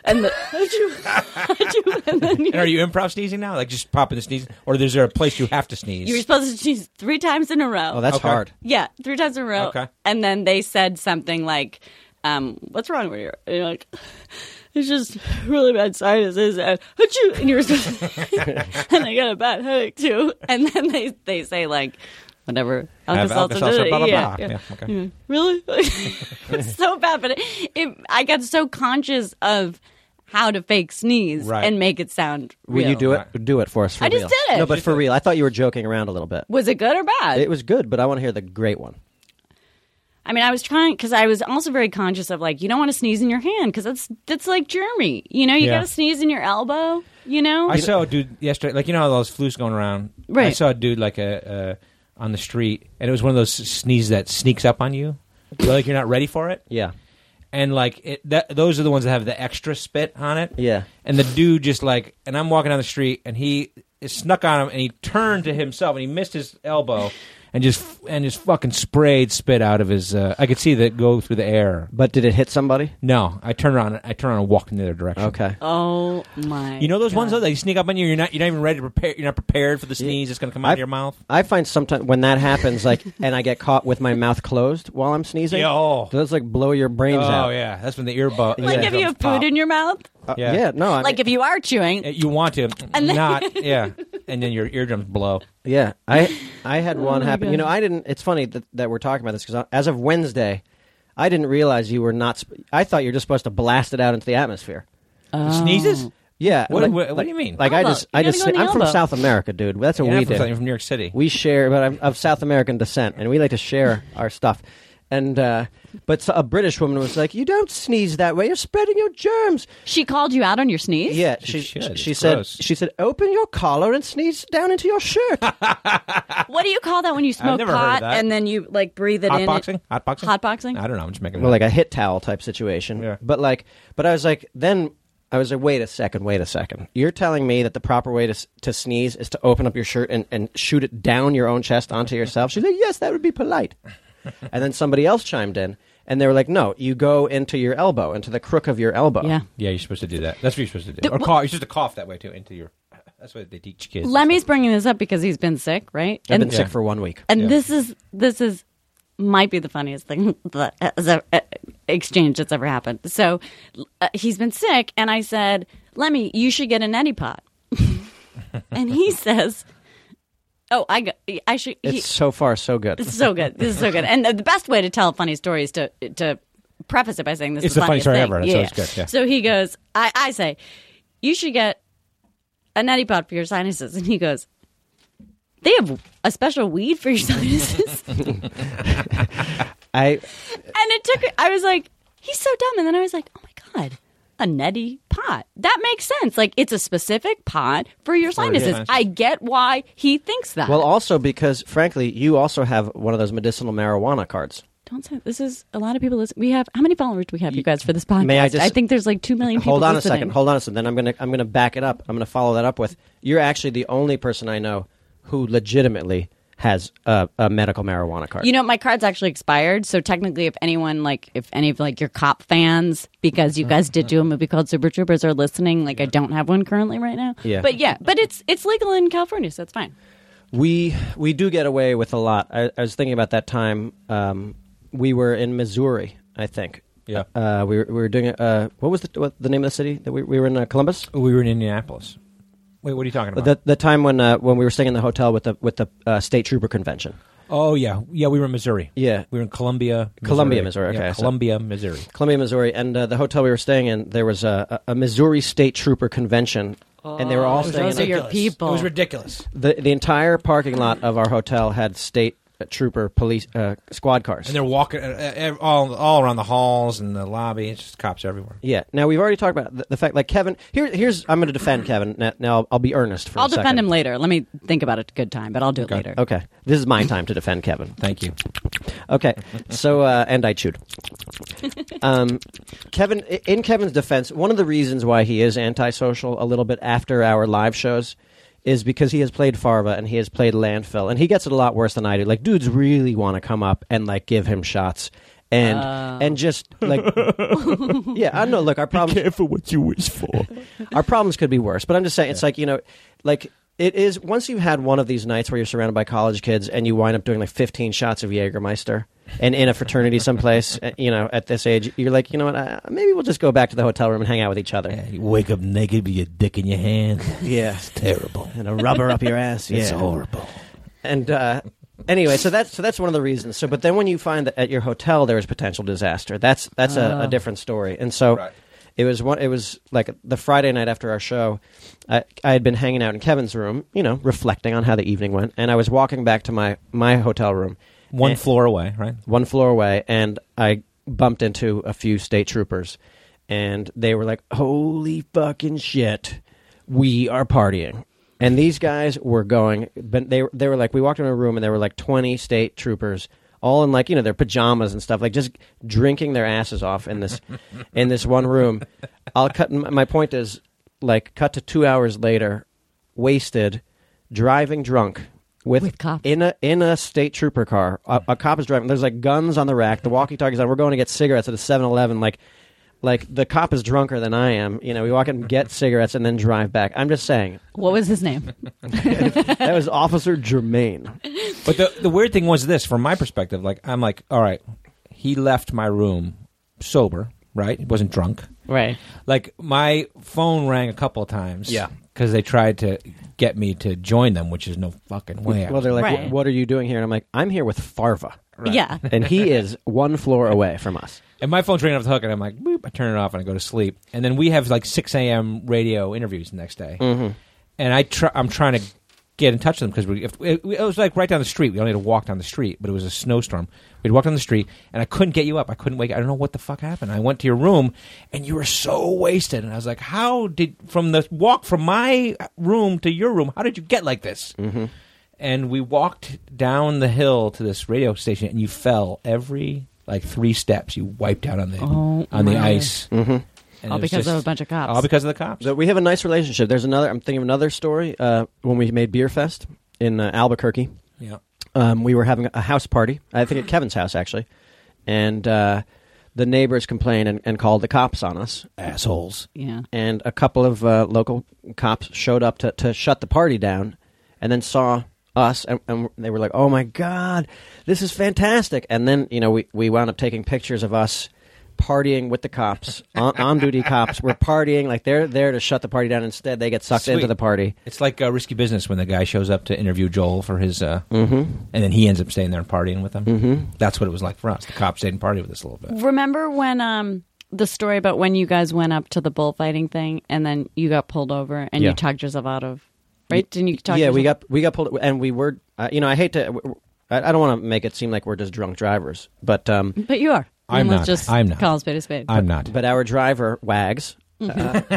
S6: and the and then
S5: And are
S6: you.
S5: you improv sneezing now? Like just popping the sneeze, or is there a place you have to sneeze?
S6: You were supposed to sneeze three times in a row.
S4: Oh, that's
S5: Okay.
S4: hard.
S6: Yeah, three times in a row.
S5: Okay.
S6: And then they said something like, um, "What's wrong with you?" And you're like, "It's just really bad sinuses." And, "Achoo!" and you're just, and I got a bad headache too. And then they they say like, whatever.
S5: I have
S6: Alka-Seltzer,
S5: Alka-Seltzer, blah, blah,
S6: yeah, Mm.
S5: blah.
S6: yeah.
S5: Yeah, okay.
S6: Yeah. Really? it's so bad, but it, it, I got so conscious of how to fake sneeze
S5: Right.
S6: and make it sound
S4: Will
S6: real.
S4: you do
S5: Right.
S4: it? Do it for us. For
S6: I just
S4: real.
S6: did it.
S4: No, but for real, I thought you were joking around a little bit.
S6: Was it good or bad?
S4: It was good, but I want to hear the great one.
S6: I mean, I was trying because I was also very conscious of like you don't want to sneeze in your hand because that's that's like germy. You know, you
S5: Yeah.
S6: got to sneeze in your elbow. You know,
S5: I saw a dude yesterday, like you know how those flus going around. I
S6: Right.
S5: saw a dude like a uh, on the street, and it was one of those sneezes that sneaks up on you, like you're not ready for it.
S4: Yeah.
S5: and like it, that, those are the ones that have the extra spit on it.
S4: Yeah.
S5: And the dude just like, and I'm walking down the street, and he it snuck on him, and he turned to himself, and he missed his elbow, and just and just fucking sprayed spit out of his. Uh, I could see that go through the air.
S4: But did it hit somebody?
S5: No, I turn around, I turn around and walk in the other direction.
S4: Okay.
S6: oh my,
S5: You know those
S6: God.
S5: ones though that you sneak up on you. You're not. You're not even ready to prepare. You're not prepared for the sneeze that's going to come out
S4: I-
S5: of your mouth.
S4: I find sometimes when that happens, like, and I get caught with my mouth closed while I'm sneezing.
S5: Yeah, oh.
S4: those like blow your brains out.
S5: Oh yeah, that's when the earbud.
S6: Like if you have food in your mouth,
S4: Uh,
S5: Yeah.
S4: yeah. No. I
S6: like
S4: mean-
S6: if you are chewing,
S5: Uh, you want to
S6: And then-
S5: not yeah, and then your eardrums blow.
S4: yeah. I I
S5: Oh
S4: had one
S6: my
S4: happen. You know, I didn't. It's funny that, that we're talking about this because as of Wednesday, I didn't realize you were not. Sp- I thought you were just supposed to blast it out into the atmosphere.
S6: Oh.
S5: Sneezes.
S4: Yeah.
S5: What-
S4: like-
S5: what- what do
S4: like-
S5: you mean?
S4: Like I
S6: Elbow.
S4: just,
S6: You
S4: I
S6: gotta
S4: just,
S6: go in the
S4: I'm from
S6: elbow.
S4: South America, dude. That's what
S5: Yeah,
S4: we
S5: I'm from,
S4: do.
S5: Southern- from New York City.
S4: we share, but I'm of South American descent, and we like to share our stuff. And uh, but so- a British woman was like, "You don't sneeze that way. You're spreading your germs."
S6: she called you out on your sneeze.
S4: Yeah,
S5: You
S4: she
S5: should.
S4: she
S5: It's
S4: said
S5: gross.
S4: she said, "Open your collar and sneeze down into your shirt."
S6: What do you call that when you smoke
S5: never heard of
S6: pot
S5: that.
S6: and then you like breathe it in?
S5: Hotboxing?
S6: It-
S5: Hotboxing?
S6: Hotboxing?
S5: I don't know. I'm just making it
S4: well,
S5: up.
S4: like a hit towel type situation.
S5: Yeah.
S4: But like, but I was like, then I was like, wait a second, wait a second. You're telling me that the proper way to, s- to sneeze is to open up your shirt and, and shoot it down your own chest onto yourself? She's like, yes, that would be polite. and then somebody else chimed in, and they were like, no, you go into your elbow, into the crook of your elbow.
S6: Yeah.
S5: yeah, you're supposed to do that. That's what you're supposed to do. or cough. You're supposed to cough that way too into your. That's what they teach kids.
S6: Lemmy's bringing this up because he's been sick, right?
S4: I've
S6: and
S4: been sick for one week.
S6: and
S5: Yeah.
S6: this is this is might be the funniest thing that has ever, uh, exchange that's ever happened. So uh, he's been sick, and I said, "Lemmy, you should get an neti pot." and he says, "Oh, I got, I should." He,
S4: It's so far so good.
S6: this is so good. This is so good. And the best way to tell a funny story is to to preface it by saying this
S5: It's
S6: is
S5: the funniest story
S6: thing.
S5: ever, and so
S6: Yeah.
S5: it's good, yeah.
S6: So he goes, I, I say, you should get a neti pot for your sinuses, and he goes, they have a special weed for your sinuses, and
S4: I
S6: it took. I was like, he's so dumb, and then I was like, oh my god. A neti pot. That makes sense. Like it's a specific pot for your
S5: your
S6: sinuses.
S5: sinuses.
S6: I get why he thinks that.
S4: well also because frankly, you also have one of those medicinal marijuana cards.
S6: Don't say this is a lot of people listen. We have how many followers do we have, you guys, for this podcast?
S4: May I just-
S6: think there's like two million. people
S4: Hold on a
S6: listening.
S4: second. Hold on a second. Then I'm gonna I'm gonna back it up. I'm gonna follow that up with you're actually the only person I know who legitimately has a, a medical marijuana card.
S6: You know, my card's actually expired, so technically, if anyone like, if any of like your cop fans, because you guys did do a movie called Super Troopers, are listening, like I don't have one currently right now.
S4: Yeah.
S6: but yeah, but it's it's legal in California, so it's fine.
S4: we we do get away with a lot. I, I was thinking about that time um, we were in Missouri, I think.
S5: Yeah.
S4: Uh, we were we were doing uh, what was the what the name of the city that we we were in uh, Columbus.
S5: We were in Indianapolis. Wait, what are you talking about?
S4: The, the time when uh, when we were staying in the hotel with the with the uh, state trooper convention.
S5: oh yeah, yeah. We were in Missouri.
S4: Yeah.
S5: we were in Columbia, Missouri.
S4: Columbia, Missouri,
S5: Yeah,
S4: okay, so-
S5: Columbia, Missouri.
S4: Columbia, Missouri, and uh, the hotel we were staying in, there was a, a a Missouri State Trooper convention, and they were all staying.
S6: Oh, those
S4: in
S6: are your
S5: Ridiculous.
S6: people.
S5: It was ridiculous.
S4: the the entire parking lot of our hotel had state uh, trooper police uh, squad cars.
S5: And they're walking uh, uh, all all around the halls and the lobby. It's just cops everywhere.
S4: yeah. Now we've already talked about the, the fact, like Kevin. Here, here's I'm going to defend Kevin. Now, now I'll, I'll be earnest for.
S6: I'll
S4: a second.
S6: defend him later. Let me think about it. Good time, but I'll do it later.
S4: Okay, this is my time to defend Kevin.
S5: Thank you.
S4: Okay, so uh, and I chewed. Um, Kevin, in Kevin's defense, one of the reasons why he is antisocial a little bit after our live shows is because he has played Farva and he has played Landfill, and he gets it a lot worse than I do. Like dudes really want to come up and like give him shots. And and just like yeah, I know. Look, our problems
S2: Careful what you wish for.
S4: our problems could be worse. But I'm just saying, it's like you know, like it is. Once you've had one of these nights where you're surrounded by college kids and you wind up doing like 15 shots of Jägermeister and in a fraternity someplace, uh, you know, at this age, you're like, you know what? Uh, maybe we'll just go back to the hotel room and hang out with each other.
S2: You wake up naked with your dick in your hand.
S4: Yeah,
S2: Terrible.
S4: and a rubber up your ass. Yeah,
S2: It's horrible.
S4: and uh, anyway, so that's so that's one of the reasons. So, but then when you find that at your hotel there is potential disaster, that's that's a, a different story. And so
S5: Right.
S4: it was one. It was like the Friday night after our show. I, I had been hanging out in Kevin's room, you know, reflecting on how the evening went, and I was walking back to my my hotel room,
S5: One
S6: Eh.
S4: and-
S5: floor away, right?
S4: one floor away, and I bumped into a few state troopers, and they were like, "Holy fucking shit, we are partying!" And these guys were going, but they they were like, we walked into a room and there were like twenty state troopers, all in like you know their pajamas and stuff, like just drinking their asses off in this in this one room. I'll cut. My my point is, like, cut to two hours later, wasted, driving drunk. With,
S6: With cops.
S4: in a in a state trooper car. A, a cop is driving. There's like guns on the rack. The walkie-talkie's on. We're going to get cigarettes at a 7-Eleven. Like, like the cop is drunker than I am. You know, we walk in, and get cigarettes, and then drive back. I'm just saying
S6: What was his name?
S4: that was Officer Germain.
S5: But the the weird thing was this, from my perspective, like I'm like, all right, he left my room sober, right? He wasn't drunk.
S6: right.
S5: Like my phone rang a couple of times,
S4: Yeah.
S5: because they tried to get me to join them, which is no fucking way.
S4: Well, they're like,
S6: Right.
S4: "What are you doing here?" And I'm like, "I'm here with Farva,
S6: Yeah.
S4: and he is one floor away from us."
S5: and my phone's ringing off the hook, and I'm like, boop, I turn it off and I go to sleep. And then we have like 6 a.m. radio interviews the next day, and I try, I'm trying to get in touch with them because we, if, it, it was like right down the street. We only had to walk down the street, but it was a snowstorm. We'd walk down the street, and I couldn't get you up. I couldn't wake. I don't know what the fuck happened. I went to your room, and you were so wasted. And I was like, how did from the walk from my room to your room? How did you get like this? Mm-hmm. And we walked down the hill to this radio station, and you fell every like three steps. You wiped out on the
S6: Oh,
S5: on the
S6: my.
S5: ice. Mm-hmm.
S6: All because of a bunch of cops.
S5: All because of the cops.
S4: Mm. So we have a nice relationship. There's another. I'm thinking of another story uh, when we made Beer Fest in uh, Albuquerque.
S5: yeah.
S4: um, we were having a house party. I think at Kevin's house actually, and uh, the neighbors complained and, and called the cops on us.
S2: Assholes.
S6: Yeah.
S4: And a couple of uh, local cops showed up to, to shut the party down, and then saw us, and, and they were like, "Oh my god, this is fantastic!" And then you know we we wound up taking pictures of us. Partying with the cops, on, on duty cops. We're partying like they're there to shut the party down. Instead, they get sucked
S5: Sweet.
S4: into the party.
S5: It's like uh, risky business when the guy shows up to interview Joel for his, uh, and then he ends up staying there and partying with him. Mm-hmm. That's what it was like for us. The cops stayed and partied with us a little bit.
S6: Remember when um the story about when you guys went up to the bullfighting thing and then you got pulled over and
S4: Yeah.
S6: you talked yourself out of right? Didn't you talk?
S4: yeah,
S6: yourself-
S4: we got we got pulled, and we were. Uh, you know, I hate to. w- w- I I don't want to make it seem like we're just drunk drivers, but um,
S6: But you are.
S5: I'm
S6: And let's
S5: not.
S6: Just
S5: I'm not.
S6: Call a spade a spade.
S5: I'm not.
S4: but our driver wags.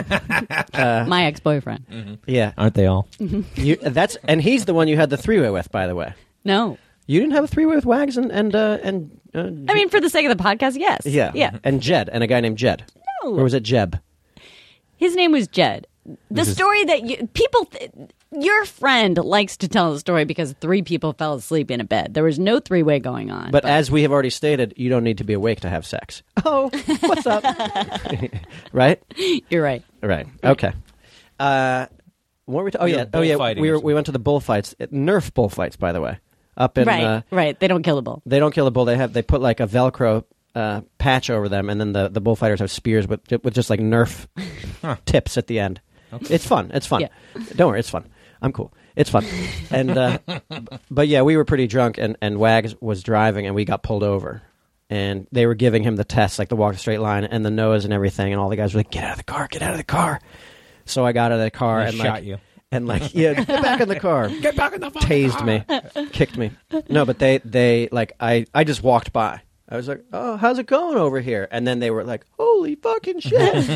S6: My ex boyfriend.
S4: Yeah,
S5: Aren't they all?
S4: you, that's and he's the one you had the three way with, by the way.
S6: No.
S4: You didn't have a three way with wags and and uh, and. Uh,
S6: I mean, for the sake of the podcast, yes.
S4: yeah,
S6: Yeah.
S4: and Jed and a guy named Jed.
S6: No.
S4: Or was it Jeb?
S6: His name was Jed. The
S5: is-
S6: story that you, people, th- your friend likes to tell the story because three people fell asleep in a bed. There was no three way going on.
S4: But as we have already stated, you don't need to be awake to have sex. Oh, what's up? right.
S6: you're right.
S4: Right. Okay. Uh, what were we? ta- oh
S5: We were
S4: yeah. Oh yeah.
S5: bullfighting
S4: We
S5: or
S4: were,
S5: something.
S4: we went to the bullfights, Nerf bullfights, by the way, up in.
S6: right.
S4: Uh,
S6: right. They don't kill a bull.
S4: they don't kill the bull. They have they put like a Velcro uh, patch over them, and then the, the bullfighters have spears with with just like Nerf tips at the end. It's fun. It's fun.
S6: Yeah.
S4: Don't worry, it's fun. I'm cool. It's fun. and uh, b- but yeah, we were pretty drunk, and and Wags was driving, and we got pulled over. And they were giving him the test, like the walk a straight line and the nose and everything. And all the guys were like, "Get out of the car! Get out of the car!" So I got out of the car
S5: They
S4: and
S5: shot
S4: like,
S5: you.
S4: and like yeah, get back in the car. Get back in the tased me, kicked me. No, but they they like I I just walked by. I was like, oh, how's it going over here? And then they were like, holy fucking shit.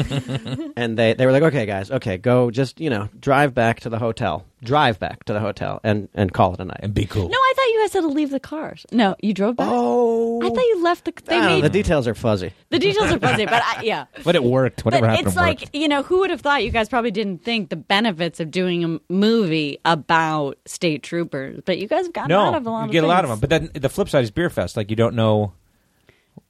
S4: and they, they were like, okay, guys, okay, go just, you know, drive back to the hotel. Drive back to the hotel and, and call it a night.
S5: and be cool.
S6: No, I thought you guys had to leave the cars. No, you drove back.
S4: oh.
S6: I thought you left the. They
S4: I don't know,
S6: made
S4: the details are fuzzy.
S6: the details are fuzzy, but I, yeah.
S5: but it worked. Whatever
S6: but
S5: happened
S6: it's like
S5: worked.
S6: you know who would have thought you guys probably didn't think the benefits of doing a m- movie about state troopers, but you guys have gotten
S5: no,
S6: out of a lot.
S5: you
S6: of
S5: get a lot of
S6: things.
S5: them. But then the flip side is beer fest. Like you don't know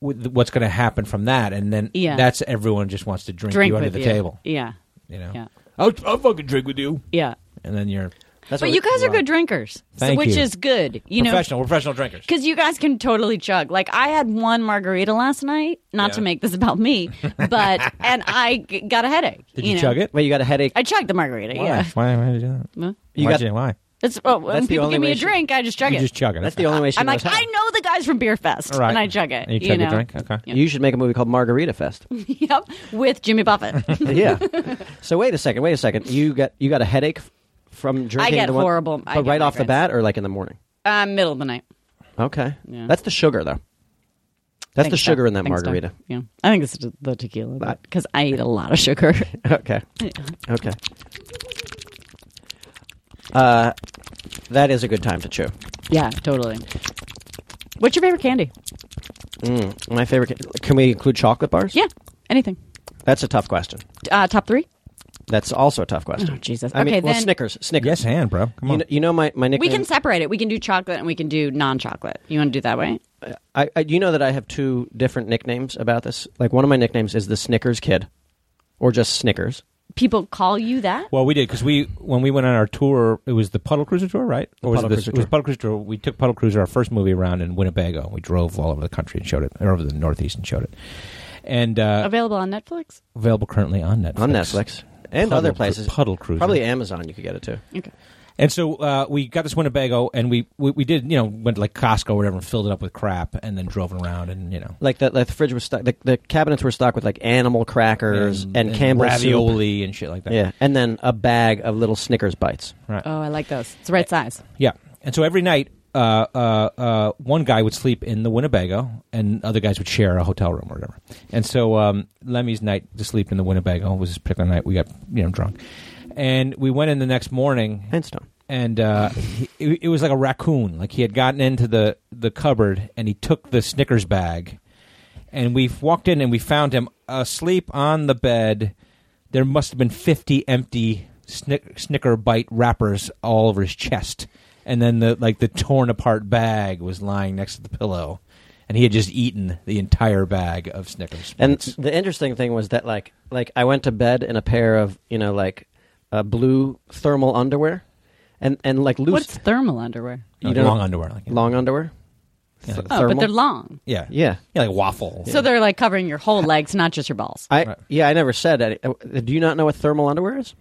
S5: wh- what's going to happen from that, and then
S6: Yeah.
S5: that's everyone just wants to drink,
S6: drink
S5: you under
S6: with
S5: the
S6: you.
S5: table.
S6: Yeah,
S5: You know,
S6: Yeah.
S5: I'll, I'll fucking drink with you,
S6: yeah.
S5: and then you're
S4: That's
S6: but
S4: what
S6: you
S4: we-
S6: guys are good drinkers, so,
S5: Thank
S6: which
S5: you.
S6: is good. You know,
S5: professional. we're professional drinkers.
S6: Because you guys can totally chug. Like I had one margarita last night. Not
S5: Yeah.
S6: to make this about me, but and I g- got a headache.
S5: Did
S6: you,
S5: you
S6: know?
S5: chug it?
S4: Wait, you got a headache?
S6: I chugged the margarita. Yeah,
S5: Why? Why did you do that?
S6: Well,
S4: You
S5: why
S4: got-
S5: did you- why?
S6: that's well,
S4: That's
S6: oh, when
S4: the
S6: people
S4: only
S6: give me
S4: way
S6: a
S4: she-
S6: drink, I just chug
S5: You
S6: it.
S5: just chug it.
S4: That's the only way she
S6: I'm
S4: knows
S6: like,
S4: how.
S6: I know the guys from Beer Fest,
S5: Right.
S6: and I chug it.
S5: And you chug your
S6: know?
S5: drink? Okay.
S4: You should make a movie called Margarita Fest.
S6: Yep, with Jimmy Buffett.
S4: yeah. So wait a second. Wait a second. You got you got a headache f- from drinking.
S6: get
S4: the one-
S6: horrible- I
S4: But
S6: get
S4: right off the
S6: migraines.
S4: bat, or like in the morning.
S6: uh, middle of the night.
S4: Okay.
S6: Yeah.
S4: That's the sugar though. That's
S6: Think
S4: the
S6: so.
S4: sugar in that
S6: Think so.
S4: margarita.
S6: Yeah, I think it's the- the tequila because I eat a lot of sugar.
S4: Okay. Okay. Uh, that is a good time to chew.
S6: yeah, totally. What's your favorite candy?
S4: Mm, my favorite. ca- Can we include chocolate bars?
S6: Yeah, anything.
S4: That's a tough question.
S6: Uh, top three.
S4: That's also a tough question.
S6: Oh, Jesus.
S4: I mean,
S6: Okay,
S4: well,
S6: then-
S4: Snickers. Snickers.
S5: Yes, and bro, come
S4: You
S5: on.
S4: know, you know my my
S6: We
S4: nickname.
S6: can separate it. We can do chocolate and we can do non-chocolate. You want to do that way?
S4: I, I you know that I have two different nicknames about this. Like one of my nicknames is the Snickers Kid, or just Snickers.
S6: People call you that.
S5: Well, we did because we when we went on our tour, it was the Puddle Cruiser tour, right? Or was
S4: Puddle
S5: it, the-
S4: Cruiser
S5: it was
S4: tour.
S5: Puddle Cruiser tour. We took Puddle Cruiser our first movie around in Winnebago. We drove all over the country and showed it, or over the Northeast and showed it, and uh,
S6: Available on Netflix.
S5: available currently on Netflix.
S4: on Netflix and
S5: Puddle
S4: other
S5: Cru-
S4: places.
S5: Puddle Cruiser.
S4: Probably Amazon. You could get it too.
S6: Okay.
S5: And so uh, we got this Winnebago, and we, we we did you know went to like Costco or whatever, and filled it up with crap, and then drove it around, and you know.
S4: Like the like the fridge was stuck. The, the cabinets were stocked with like animal crackers and, Campbell's soup.
S5: ravioli and shit like that.
S4: Yeah, and then a bag of little Snickers bites.
S5: right.
S6: Oh, I like those. It's the
S4: Eh,
S6: right size.
S5: Yeah, and so every night, uh, uh, uh, one guy would sleep in the Winnebago, and other guys would share a hotel room or whatever. And so um, Lemmy's night to sleep in the Winnebago was his particular night. We got you know drunk, and we went in the next morning,
S4: And stone.
S5: and uh, he, it, it was like a raccoon. Like he had gotten into the the cupboard, and he took the Snickers bag, and we walked in, and we found him asleep on the bed. There must have been fifty empty Snick, Snicker bite wrappers all over his chest, and then the like the torn apart bag was lying next to the pillow, and he had just eaten the entire bag of Snickers.
S4: And
S5: bites.
S4: the interesting thing was that like like I went to bed in a pair of you know like uh, blue thermal underwear, and and like loose
S6: What's thermal underwear?
S5: Like
S4: don't-
S5: long underwear, like, you know.
S4: long underwear.
S5: Yeah.
S4: Th-
S6: Oh, but
S4: thermal?
S6: they're long,
S5: yeah,
S4: Yeah.
S5: yeah, like waffle.
S6: so they're like covering your whole legs, not just your balls.
S4: I
S5: Right.
S4: yeah, I never said. Any, uh, do you not know what thermal underwear is?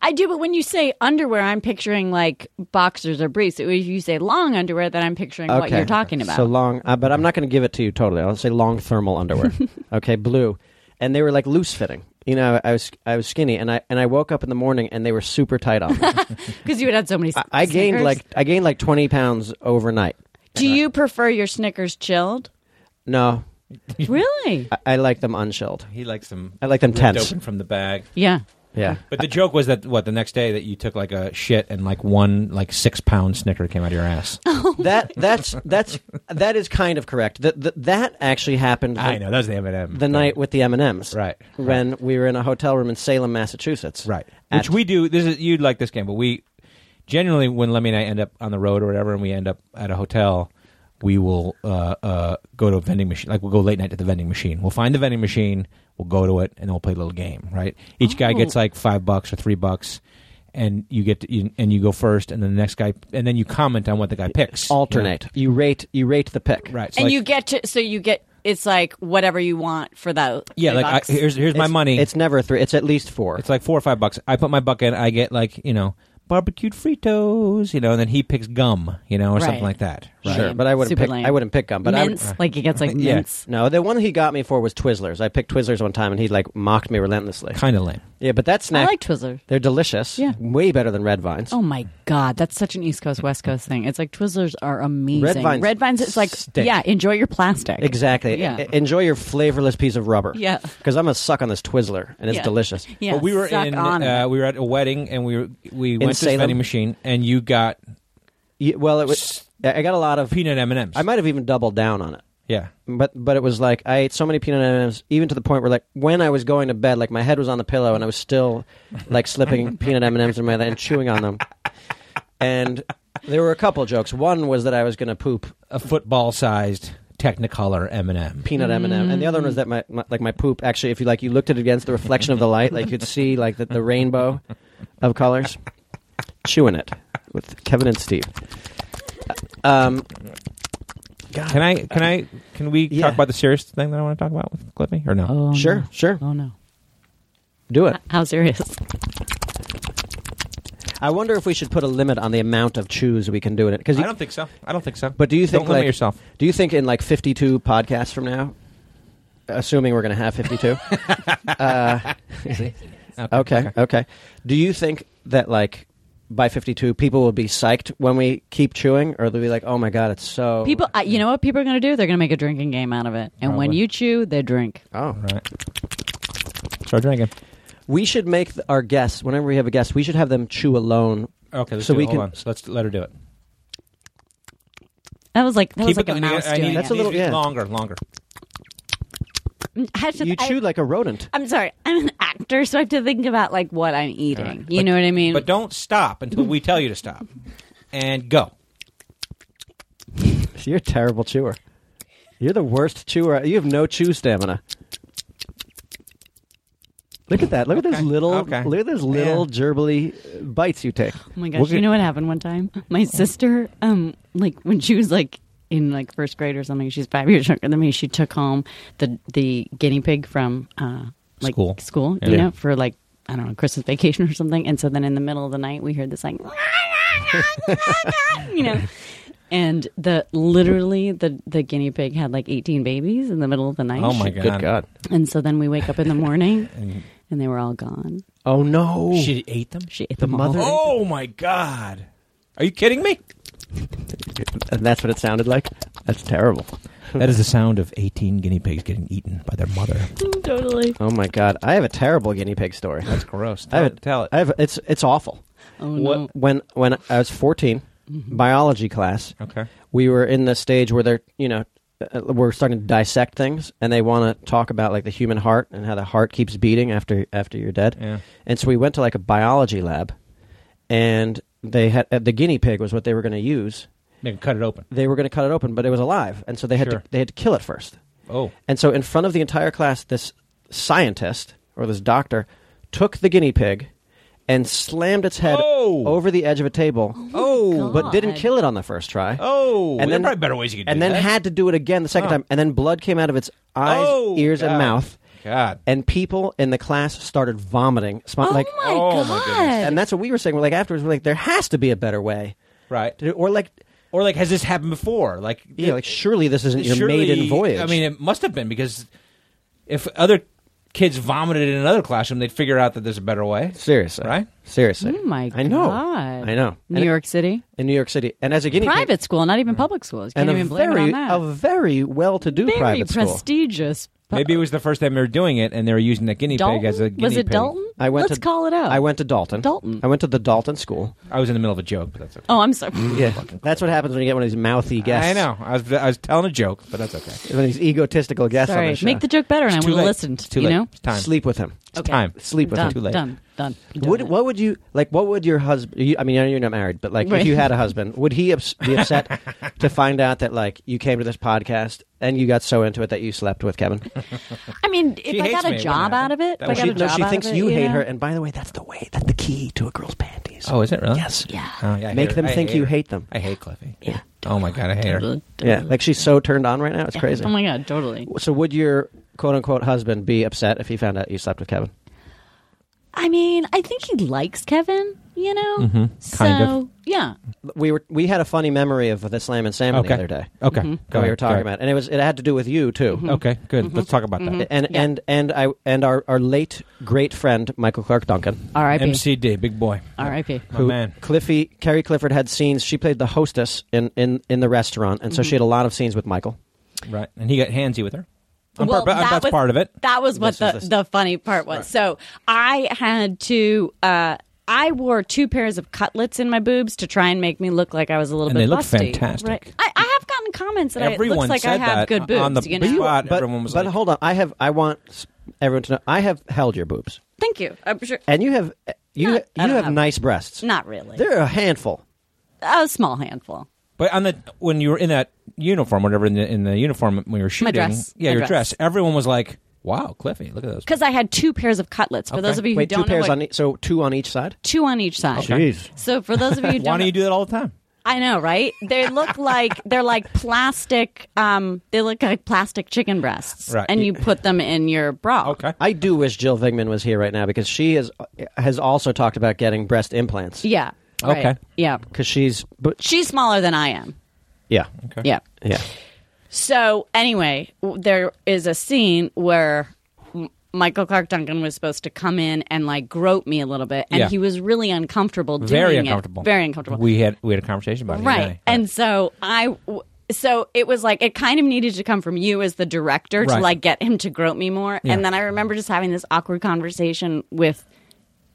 S6: I do, but when you say underwear, I'm picturing like boxers or briefs. If you say long underwear, then I'm picturing what you're talking about.
S4: So long, uh, but I'm not going to give it to you totally. I'll say long thermal underwear. okay, blue, and they were like loose fitting. You know, I was I was skinny, and I and I woke up in the morning and they were super tight on. me.
S6: Because you would had so many.
S4: I, I gained
S6: Snickers.
S4: like uh, I gained like 20 pounds overnight.
S6: Do you prefer your Snickers chilled?
S4: No,
S6: really?
S4: I, I like them unshelled.
S5: he likes them.
S4: I like them
S5: ripped
S4: tense.
S5: open from the bag.
S6: yeah.
S4: Yeah,
S5: But the joke was that what the next day that you took like a shit and like one like six pound Snicker came out of your ass.
S4: Oh.
S6: Oh
S4: that that's that's that is kind of correct. That that- that actually happened.
S5: I
S4: the-
S5: know that was the M and m
S4: The night with the M and M's,
S5: Right,
S4: When we were in a hotel room in Salem, Massachusetts,
S5: right?
S4: At-
S5: Which we do. This is you'd like this game, but we generally when Lemmy and I end up on the road or whatever, and we end up at a hotel, we will uh, uh, go to a vending machine. Like we'll go late night to the vending machine. We'll find the vending machine. We'll go to it, and then we'll play a little game. Right? Each guy
S4: Oh.
S5: gets like five bucks or three bucks. And you get to, you, and you go first, and then the next guy, and then you comment on what the guy picks. you know?
S4: alternate. You rate you rate the pick,
S5: right? so,
S6: and
S5: like-
S6: you get to so you get it's like whatever you want for that.
S5: Yeah,
S6: three
S5: like I,
S6: bucks.
S5: here's here's my
S4: It's-
S5: money.
S4: It's
S5: It's
S4: never three. It's at least four.
S5: it's like four or five bucks. I put my bucket. I get like you know barbecued Fritos, you know, and then he picks gum, you know, or
S6: Right.
S5: something like that.
S4: Sure, but I wouldn't
S6: Super
S4: pick.
S6: lame.
S4: I wouldn't pick them. But I would-
S6: mints, like he gets like
S5: Yeah.
S6: mints.
S4: no, the one he got me for was Twizzlers. I picked Twizzlers one time, and he like mocked me relentlessly.
S5: Kind of lame.
S4: Yeah, but that
S6: I
S4: snack,
S6: like Twizzlers.
S4: they're delicious.
S6: Yeah.
S4: way better than red vines.
S6: Oh my god, that's such an East Coast West Coast thing. It's like Twizzlers are amazing.
S4: Red Vines
S6: it's like
S4: stink.
S6: yeah, enjoy your plastic.
S4: Exactly.
S6: Yeah.
S4: E- enjoy your flavorless piece of rubber.
S6: Yeah.
S4: Because I'm gonna suck on this Twizzler, and it's
S6: Yeah.
S4: delicious.
S6: Yeah,
S5: but we were
S6: suck
S5: in.
S6: on it.
S5: Uh, we were at a wedding, and we were, we went to the
S4: Salem?
S5: vending machine, and you got
S4: Y- Well, it was. I I got a lot of.
S5: peanut M and M's.
S4: I might have even doubled down on it.
S5: Yeah.
S4: But but it was like I ate so many peanut M&Ms, even to the point where like when I was going to bed, like my head was on the pillow and I was still like slipping peanut M&Ms in my and chewing on them. And there were a couple jokes. One was that I was going to poop
S5: a football sized Technicolor M and m
S4: peanut M&M, and the other one was that my, my like my poop actually, if you like you looked at it against the reflection of the light, like you'd see like the, the rainbow of colors. Chewing it with Kevin and Steve. Um,
S5: Can I? Can I? Can we
S4: Yeah. Uh,
S5: talk about the serious thing that I want to talk about with Cliffy or no?
S6: Oh,
S4: sure,
S6: no.
S4: sure,
S6: Oh no.
S4: do it.
S6: How serious?
S5: Oh.
S4: I wonder if we should put a limit on the amount of chews we can do in it because
S5: I don't think so. I don't think so.
S4: But do you think
S5: don't limit
S4: like
S5: yourself?
S4: Do you think in like 52 podcasts from now, assuming we're going to have 52? uh, okay, okay. Do you think that like by 52 people will be psyched when we keep chewing, or they'll be like, "Oh my god, it's so
S6: People, uh, you know what people are going to do? They're going to make a drinking game out of it. And when
S5: Probably.
S6: you chew, they drink.
S4: Oh,
S5: All right. Start drinking.
S4: we should make th- our guests whenever we have a guest, we should have them chew alone.
S5: Okay. Let's
S4: So
S5: do
S4: we
S5: it. Hold
S4: can-
S5: on. So let's let her do it.
S6: That was like that was like a
S5: I need-
S6: mouse
S5: I need-
S6: doing
S5: it
S4: That's a
S5: needs
S6: it.
S5: to
S4: little-
S5: be
S4: yeah.
S5: longer, longer.
S6: I have to-
S4: You
S6: I-
S4: chew like a rodent.
S6: I'm sorry. I'm an actor, so I have to think about like what I'm eating. You know what I mean?
S5: But don't stop until we tell you to stop, and go.
S4: You're a terrible chewer. You're the worst chewer. You have no chew stamina. Look at that! Look at those little,
S5: okay.
S4: look at those little gerbily uh, bites you take.
S6: Oh my gosh, you know what happened one time? My sister, um, like when she was like in like first grade or something, she's five years younger than me. She took home the the guinea pig from uh, like
S5: School.
S6: school,
S5: Yeah.
S6: you know, for like I don't know Christmas vacation or something. And so then in the middle of the night, we heard this like, you know. And the literally the the guinea pig had like eighteen babies in the middle of the night.
S5: Oh my god.
S4: Good God!
S6: And so then we wake up in the morning, and they were all gone.
S4: Oh no!
S5: She ate them.
S6: She ate
S4: The
S6: them all.
S4: mother-
S5: Oh my god. Are you kidding me?
S4: And that's what it sounded like. That's terrible.
S5: That is the sound of 18 guinea pigs getting eaten by their mother.
S6: totally.
S4: Oh my god! I have a terrible guinea pig story.
S5: That's gross.
S4: I
S5: Tell,
S4: have a,
S5: it, tell it.
S4: I have a- it's it's awful.
S6: Oh
S5: What-
S6: no. Mm-hmm.
S4: When when I was 14 biology class,
S5: okay.
S4: we were in the stage where they're you know uh, we're starting to dissect things and they want to talk about like the human heart and how the heart keeps beating after after you're dead
S5: Yeah.
S4: and so we went to like a biology lab and they had uh, the guinea pig was what they were going to use
S5: They can cut it open.
S4: they were going to cut it open but it was alive and so they had
S5: Sure.
S4: to they had to kill it first
S5: Oh.
S4: and so in front of the entire class this scientist or this doctor took the guinea pig and slammed its head
S5: Oh.
S4: over the edge of a table
S5: Oh.
S4: but didn't
S6: God.
S4: kill it on the first try
S5: Oh.
S4: And
S5: And there
S4: then-
S5: are probably better ways you could
S4: and
S5: do
S4: then
S5: that.
S4: had to do it again the second
S5: Oh.
S4: time, and then blood came out of its eyes,
S5: Oh,
S4: ears,
S5: God.
S4: and mouth,
S5: God.
S4: and people in the class started vomiting. Smi-
S6: Oh
S4: like,
S6: my
S5: oh my
S6: god!
S5: goodness.
S4: and that's what we were saying. We're like afterwards, we're like, there has to be a better way,
S5: Right.
S4: to do- or like,
S5: Or like, has this happened before? Like,
S4: yeah, like surely this isn't your
S5: surely-
S4: maiden voyage.
S5: I mean, it must have been because if other kids vomited in another classroom, they'd figure out that there's a better way.
S4: seriously,
S5: Right?
S4: Seriously,
S6: Oh my
S4: I know,
S6: God.
S4: I know,
S6: New
S4: And-
S6: York City,
S4: in New York City, and as a guinea pig-
S6: private school, not even public schools. Can't
S4: and a
S6: even blame it
S4: very,
S6: on that.
S4: a very well-to-do
S6: very
S4: private school.
S6: prestigious. pu-
S5: Maybe it was the first time they were doing it, and they were using that guinea
S6: Dalton
S5: pig as a guinea
S6: was it
S5: pig.
S6: Dalton?
S4: I went
S6: Let's
S4: to
S6: call it out.
S4: I went to Dalton.
S6: Dalton.
S4: I went to the Dalton school.
S5: I was in the middle of a joke, but that's okay.
S6: Oh, I'm sorry.
S4: Mm, Yeah, that's what happens when you get one of these mouthy guests.
S5: I know. I was, I was telling a joke, but that's okay.
S4: One of these egotistical guests on
S6: sorry.
S4: the show.
S6: Make the joke better, and I
S5: Too
S6: would
S5: late.
S6: have listened.
S5: Too
S6: you
S5: late.
S6: know,
S5: It's time.
S4: Sleep with him.
S6: Okay.
S5: Time.
S4: Sleep with
S6: done,
S4: him.
S5: Too late.
S6: done, done. Done
S4: Would,
S6: that.
S4: what would you like? What would your husband? You, I mean, I know you're not married, but like, if
S6: Right.
S4: you had a husband, would he ups, be upset to find out that like you came to this podcast and you got so into it that you slept with Kevin?
S6: I mean, if I
S5: hates
S6: got
S5: me,
S6: a
S5: wouldn't
S6: job
S5: I?
S6: out of it,
S5: That
S6: if I
S5: would-
S6: got
S4: she,
S6: a
S4: no,
S6: job
S4: she
S6: out
S4: thinks
S6: of it,
S4: you hate
S6: know?
S4: her. And by the way, that's the way. That's the key to a girl's panties.
S5: Oh, is it really?
S4: yes.
S6: Yeah.
S5: Oh, yeah, I
S4: Make
S5: hate
S4: them
S5: her. I
S4: think
S5: hate
S4: you
S5: her.
S4: hate them.
S5: I hate Cliffy.
S6: Yeah.
S5: Oh my god, I hate her.
S6: Totally,
S4: Yeah,
S6: totally.
S4: like she's so turned on right now. It's crazy.
S6: Oh my god, totally.
S4: So would your quote unquote husband be upset if he found out you slept with Kevin?
S6: I mean, I think he likes Kevin, you know?
S4: Mm-hmm.
S6: so,
S5: kind of.
S6: Yeah.
S4: we were we had a funny memory of the slam and Sam
S5: Okay.
S4: the other day.
S5: Okay.
S6: Mm-hmm.
S4: that we
S5: Go ahead.
S4: were talking
S5: Go
S4: about,
S5: ahead.
S4: and it was it had to do with you too.
S5: Okay. Good.
S6: Mm-hmm.
S5: Let's talk about that.
S4: And and and I and our, our late great friend Michael Clark Duncan,
S6: R.I.P.
S5: MCD, big boy.
S6: R.I.P.
S5: My man.
S4: Cliffy Carrie Clifford had scenes. She played the hostess in in in the restaurant, and so
S6: Mm-hmm.
S4: she had a lot of scenes with Michael.
S5: Right. And he got handsy with her. On
S6: Well,
S5: purpo- uh,
S6: that
S5: that's
S6: was-
S5: part of it.
S6: That was what
S4: This is
S6: the,
S4: this.
S6: the funny part was. So I had to. Uh, I wore two pairs of cutlets in my boobs to try and make me look like I was a little
S5: And
S6: bit.
S5: they look
S6: busty,
S5: fantastic.
S6: Right? I, I have gotten comments that I, it
S5: Everyone
S6: looks like I
S5: said
S6: have
S5: that
S6: good boobs.
S5: on the
S6: you
S5: but
S6: know?
S5: spot. Everyone was
S4: but
S5: like,
S4: hold on, I have I want s- everyone to know I have held your boobs,
S6: Thank you. I'm sure.
S4: and you have you
S6: Not- I
S4: you
S6: don't
S4: have
S6: have-
S4: nice breasts.
S6: Not really.
S4: They're a handful.
S6: A small handful.
S5: But on the when you were in that uniform, whatever in the in the uniform when you were shooting,
S6: dress.
S5: yeah,
S6: My
S5: your
S6: dress.
S5: dress. Everyone was like, "Wow, Cliffy, look at those."
S6: Because I had two pairs of cutlets. For those of you who
S4: Wait,
S6: don't
S4: two pairs
S6: know, what,
S4: on e- so two on each side.
S6: two on each side.
S4: Jeez.
S6: So for those of you who don't,
S5: Why
S6: know-
S5: don't you do that all the time?
S6: I know, right? They look like they're like plastic. Um, they look like plastic chicken breasts,
S5: Right.
S6: and you put them in your bra.
S5: Okay.
S4: I do wish Jill Vigman was here right now because she has has also talked about getting breast implants.
S6: Yeah. right.
S5: Okay.
S6: Yeah.
S4: because she's but
S6: She's smaller than I am.
S4: yeah,
S6: Yeah.
S4: yeah.
S6: So anyway, w- there is a scene where M- Michael Clark Duncan was supposed to come in and like grope me a little bit, and
S5: Yeah.
S6: he was really uncomfortable. Doing
S5: Very
S6: it.
S5: uncomfortable.
S6: Very uncomfortable.
S5: We had we had a conversation about it, you
S6: right
S5: and I.
S6: and so i w- so it was like it kind of needed to come from you as the director to
S5: Right.
S6: like get him to grope me more
S5: Yeah.
S6: and then i remember just having this awkward conversation with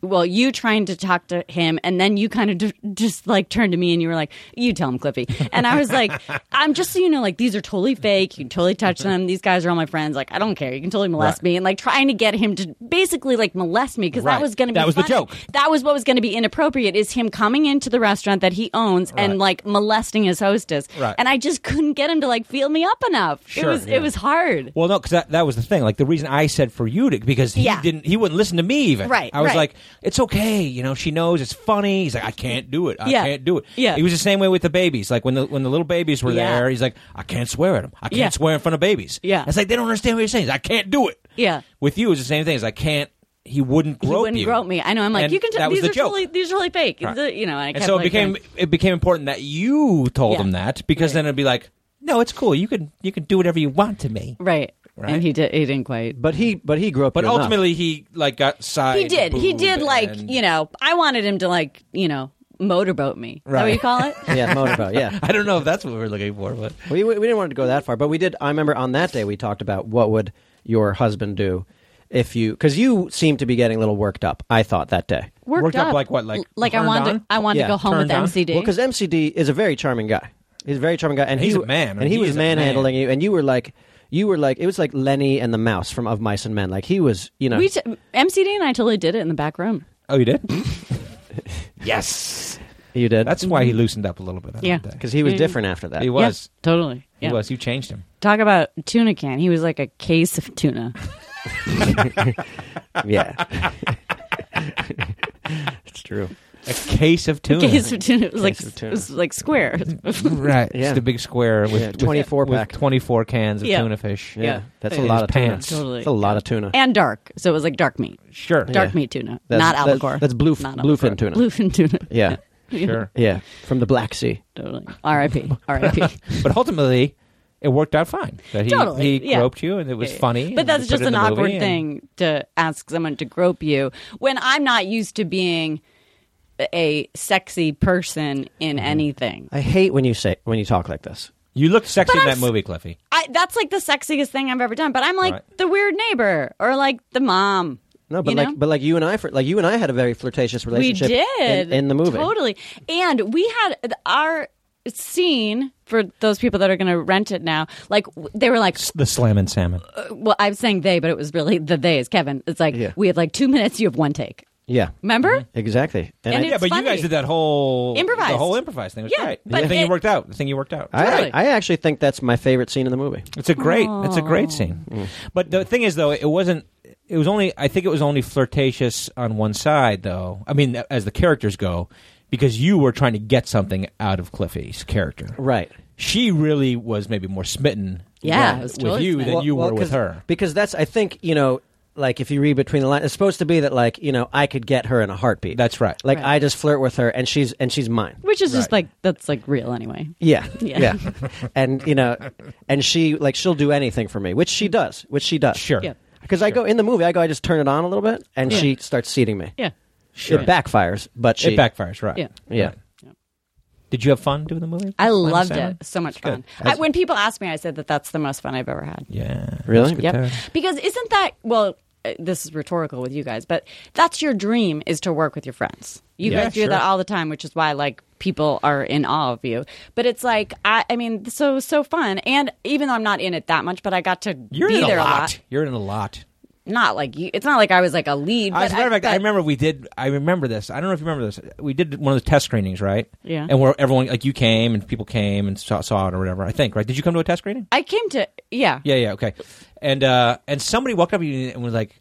S6: well you trying to talk to him and then you kind of d- just like turned to me and you were like you tell him cliffy and i was like i'm just so you know like these are totally fake you can totally touch them these guys are all my friends like i don't care you can totally molest
S5: Right.
S6: me and like trying to get him to basically like molest me because
S5: Right.
S6: that was going to be
S5: That was the
S6: funny
S5: joke.
S6: that was what was going to be inappropriate is him coming into the restaurant that he owns and
S5: Right.
S6: like molesting his hostess
S5: Right.
S6: and i just couldn't get him to like feel me up enough it
S5: Sure,
S6: was
S5: yeah.
S6: it was hard
S5: Well, no, because that, that was the thing. Like the reason I said for you to because he
S6: Yeah.
S5: didn't, he wouldn't listen to me even.
S6: Right,
S5: I was
S6: right.
S5: like, it's okay, you know. She knows it's funny. He's like, I can't do it. I
S6: Yeah,
S5: can't do it.
S6: yeah.
S5: He was the same way with the babies. Like when the when the little babies were
S6: Yeah.
S5: there, he's like, I can't swear at them. I can't
S6: Yeah.
S5: swear in front of babies.
S6: Yeah.
S5: It's like they don't understand what you're saying. He's like, I can't do it.
S6: Yeah.
S5: With you, it was the same thing. It's like, I can't. He wouldn't grope
S6: he wouldn't
S5: you.
S6: grope me i know i'm like
S5: And
S6: you can tell
S5: that was
S6: these
S5: the
S6: are
S5: joke.
S6: totally these are really fake
S5: Right.
S6: The- you know and i kept
S5: and so it
S6: like,
S5: became
S6: going,
S5: it became important that you told
S6: Yeah.
S5: him that because then it'd be like, no, it's cool. You can you can do whatever you want to me.
S6: right
S5: Right.
S6: and he did he didn't quite
S4: But he but he grew up.
S5: But
S4: enough.
S5: ultimately, he like got side.
S6: he did he
S5: boob
S6: did like
S5: and-
S6: you know i wanted him to like you know motorboat me is that what
S5: Right.
S6: you call it
S4: yeah, motorboat. Yeah,
S5: I don't know if that's what we were looking for, but
S4: we, we we didn't want it to go that far, but we did. I remember on that day we talked about what would your husband do if you because you seemed to be getting a little worked up. I thought that day.
S6: worked,
S5: Worked up like what, like
S6: L- like i
S5: turned
S6: wanted
S5: on?
S6: i wanted
S4: Yeah,
S6: to go home with
S5: turned on.
S6: mcd
S4: Well, because MCD is a very charming guy. He's a very charming guy, and
S5: He's
S4: he,
S5: a man. I mean,
S4: And he,
S5: he
S4: was
S5: is a man.
S4: manhandling you, and you were like, you were like, it was like Lenny and the Mouse from Of Mice and Men. Like he was, you know,
S6: we t- mcd and i totally did it in the back room
S5: oh, you did. yes,
S4: you did.
S5: that's why he loosened up a little bit. on
S6: Yeah.
S5: that day.
S4: because he was
S6: Yeah.
S4: different after that.
S5: he was,
S6: Yeah, totally
S5: he
S6: yeah.
S5: was. You changed him.
S6: Talk about tuna can. He was like a case of tuna.
S4: yeah, it's true.
S5: A case of tuna.
S6: case of tuna. It was like
S4: Case of tuna.
S6: it was like square.
S5: right?
S4: Yeah.
S5: Just a big square with
S4: Yeah,
S5: with-
S4: 24
S5: with
S4: pack.
S5: twenty-four cans of
S6: Yeah.
S5: tuna fish.
S4: Yeah,
S6: Yeah.
S4: that's
S5: In
S4: a lot
S5: his
S4: of tuna.
S5: pants.
S6: Totally.
S4: That's a lot of tuna.
S6: and dark. So it was like dark meat.
S5: Sure,
S6: Dark
S4: Yeah.
S6: meat tuna.
S4: That's-
S6: not
S4: that's-
S6: albacore.
S4: that's blue-
S6: Not
S4: bluefin
S6: albacore.
S4: tuna.
S6: Bluefin tuna.
S4: Yeah,
S5: sure.
S4: yeah, from the Black Sea.
S6: Totally. R.I.P. R.I.P.
S5: But ultimately, it worked out fine. That he
S6: Totally,
S5: he
S6: yeah.
S5: groped you, and it was funny.
S6: But
S5: and
S6: that's
S5: you put
S6: just
S5: it in
S6: an
S5: the movie
S6: awkward
S5: and-
S6: thing to ask someone to grope you when I'm not used to being a sexy person in
S4: Mm-hmm.
S6: anything.
S4: I hate when you say when you talk like this.
S5: You looked sexy
S6: But
S5: in
S6: I'm
S5: that
S6: s-
S5: movie, Cliffy.
S6: I, that's like the sexiest thing I've ever done. But I'm like
S5: Right.
S6: the weird neighbor or like the mom.
S4: No, but
S6: you
S4: like,
S6: know?
S4: but like you and I, like you and I had a very flirtatious
S6: we
S4: relationship.
S6: did
S4: in, in the movie.
S6: totally. And we had our scene for those people that are going to rent it now. Like w- they were like, "Uh,"
S5: The slam and salmon.
S6: well, I'm saying they, but it was really the they is Kevin. It's like
S4: Yeah. Mm-hmm.
S6: we had like two minutes. You have one take.
S4: Yeah,
S6: Remember?
S4: exactly. And,
S6: And
S4: I,
S5: yeah,
S6: It's
S5: but
S6: funny.
S5: you guys did that whole
S6: Improvised.
S5: The whole improvised thing. It was
S6: Yeah,
S5: great.
S6: but
S5: the thing
S6: it-
S5: you worked out. The thing you worked out.
S4: I,
S6: totally.
S4: I actually think that's my favorite scene in the movie.
S5: It's a great. It's a great scene.
S4: Mm.
S5: But the thing is, though, it wasn't. It was only. I think it was only flirtatious on one side, though. I mean, as the characters go, because you were trying to get something out of Cliffy's character.
S4: Right.
S5: She really was maybe more smitten.
S6: Yeah,
S5: with-
S6: it was
S5: with
S6: totally
S5: you
S6: smitten.
S5: than you
S4: Well,
S5: were with
S4: 'cause-
S5: her.
S4: Because that's, I think, you know, like if you read between the lines, it's supposed to be that like you know I could get her in a heartbeat.
S5: That's right.
S4: Like
S6: Right.
S4: I just flirt with her and she's and she's mine.
S6: Which is just like that's like real anyway.
S4: Yeah,
S6: Yeah.
S4: yeah. and you know, and she like she'll do anything for me, which she does, which she does.
S5: Sure.
S6: Yeah.
S4: Because I go in the movie, I go, I just turn it on a little bit, and
S6: Yeah.
S4: she starts seating me.
S6: Yeah.
S4: It backfires, but she
S5: It backfires, right?
S6: Yeah.
S4: Yeah.
S5: Did you have fun doing the movie?
S6: I
S5: Lana
S6: loved
S5: Salmon?
S6: it. So much
S5: good.
S6: fun. I, when people ask me, I said that that's the most fun I've ever had.
S5: Yeah.
S4: Really?
S5: Good
S6: Yep.
S5: time.
S6: Because isn't that well? uh, This is rhetorical with you guys, but that's your dream is to work with your friends. You
S5: Yeah,
S6: guys do
S5: sure.
S6: that all the time, which is why like people are in awe of you. But it's like I, I mean, so so fun. And even though I'm not in it that much, but I got to
S5: You're
S6: be
S5: in
S6: there
S5: a lot. You're in a lot.
S6: Not like you, it's not like I was like a lead.
S5: As
S6: But
S5: a matter of fact, I
S6: but-
S5: remember we did. I remember this. I don't know if you remember this. We did one of those test screenings, right?
S6: Yeah.
S5: And where everyone, like you came and people came and saw, saw it or whatever. I think, right? Did you come to a test screening?
S6: I came to yeah.
S5: Yeah, yeah, okay. And uh and somebody walked up to you and was like,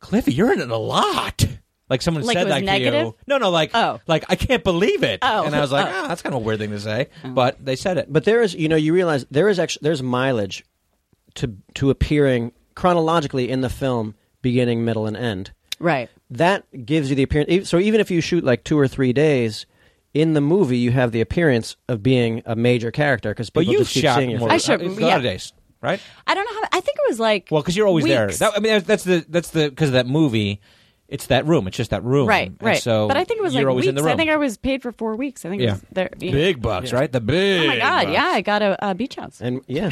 S5: "Cliffy, you're in it a lot." Like someone
S6: Like it
S5: said
S6: was
S5: that to
S6: negative?
S5: you. No, no, like,
S6: Oh.
S5: like I can't believe it.
S6: Oh.
S5: And I was like, ah, that's kind of a weird thing to say, but they said it.
S4: But there is, you know, you realize there is actually there's mileage to to appearing chronologically in the film, beginning, middle, and end.
S6: Right.
S4: That gives you the appearance. e- So even if you shoot like two or three days in the movie, you have the appearance of being a major character because
S5: But
S4: people
S5: you
S4: just keep
S5: shot
S4: seeing your
S5: more.
S4: face.
S6: I should-
S5: it's a
S6: yeah.
S5: lot of days, right?
S6: I don't know how. I think it was like
S5: Well, because you're always there.
S6: weeks.
S5: That, I mean, that's the that's the because of that movie. It's that room. It's just that room,
S6: right.
S5: And
S6: Right.
S5: so,
S6: but I think it was
S5: you're
S6: like
S5: always
S6: weeks.
S5: in the room.
S6: I think I was paid for four weeks. I think it
S5: Yeah.
S6: was there. yeah.
S5: big bucks, right? The big.
S6: Oh my god!
S5: bucks.
S6: Yeah, I got a, a beach house.
S4: And yeah,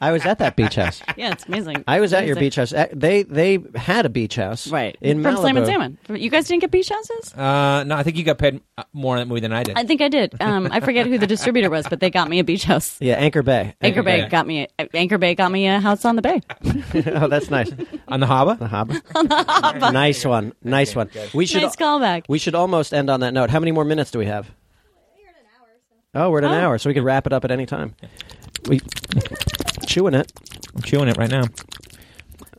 S4: I was at that beach house.
S6: Yeah, it's amazing.
S4: I was at your
S6: Amazing.
S4: beach house. Uh, They they had a beach house
S6: right?
S4: in
S6: from Slam and
S4: Malibu.
S6: Salmon. From- You guys didn't get beach houses?
S5: Uh, no, I think you got paid uh, more in that movie than I did.
S6: I think I did. Um, I forget who the distributor was, but they got me a beach house.
S4: Yeah, Anchor Bay.
S6: Anchor Bay
S5: Bay.
S6: got me. A, Anchor Bay got me a house on the bay.
S4: oh, that's nice.
S5: On the harbor.
S4: The Hobbit. nice one. Nice one. We should
S6: nice callback.
S4: we should almost end on that note. How many more minutes do we have? Oh, we're at an
S6: Oh.
S4: hour, so we could wrap it up at any time. We chewing it.
S5: I'm chewing it right now.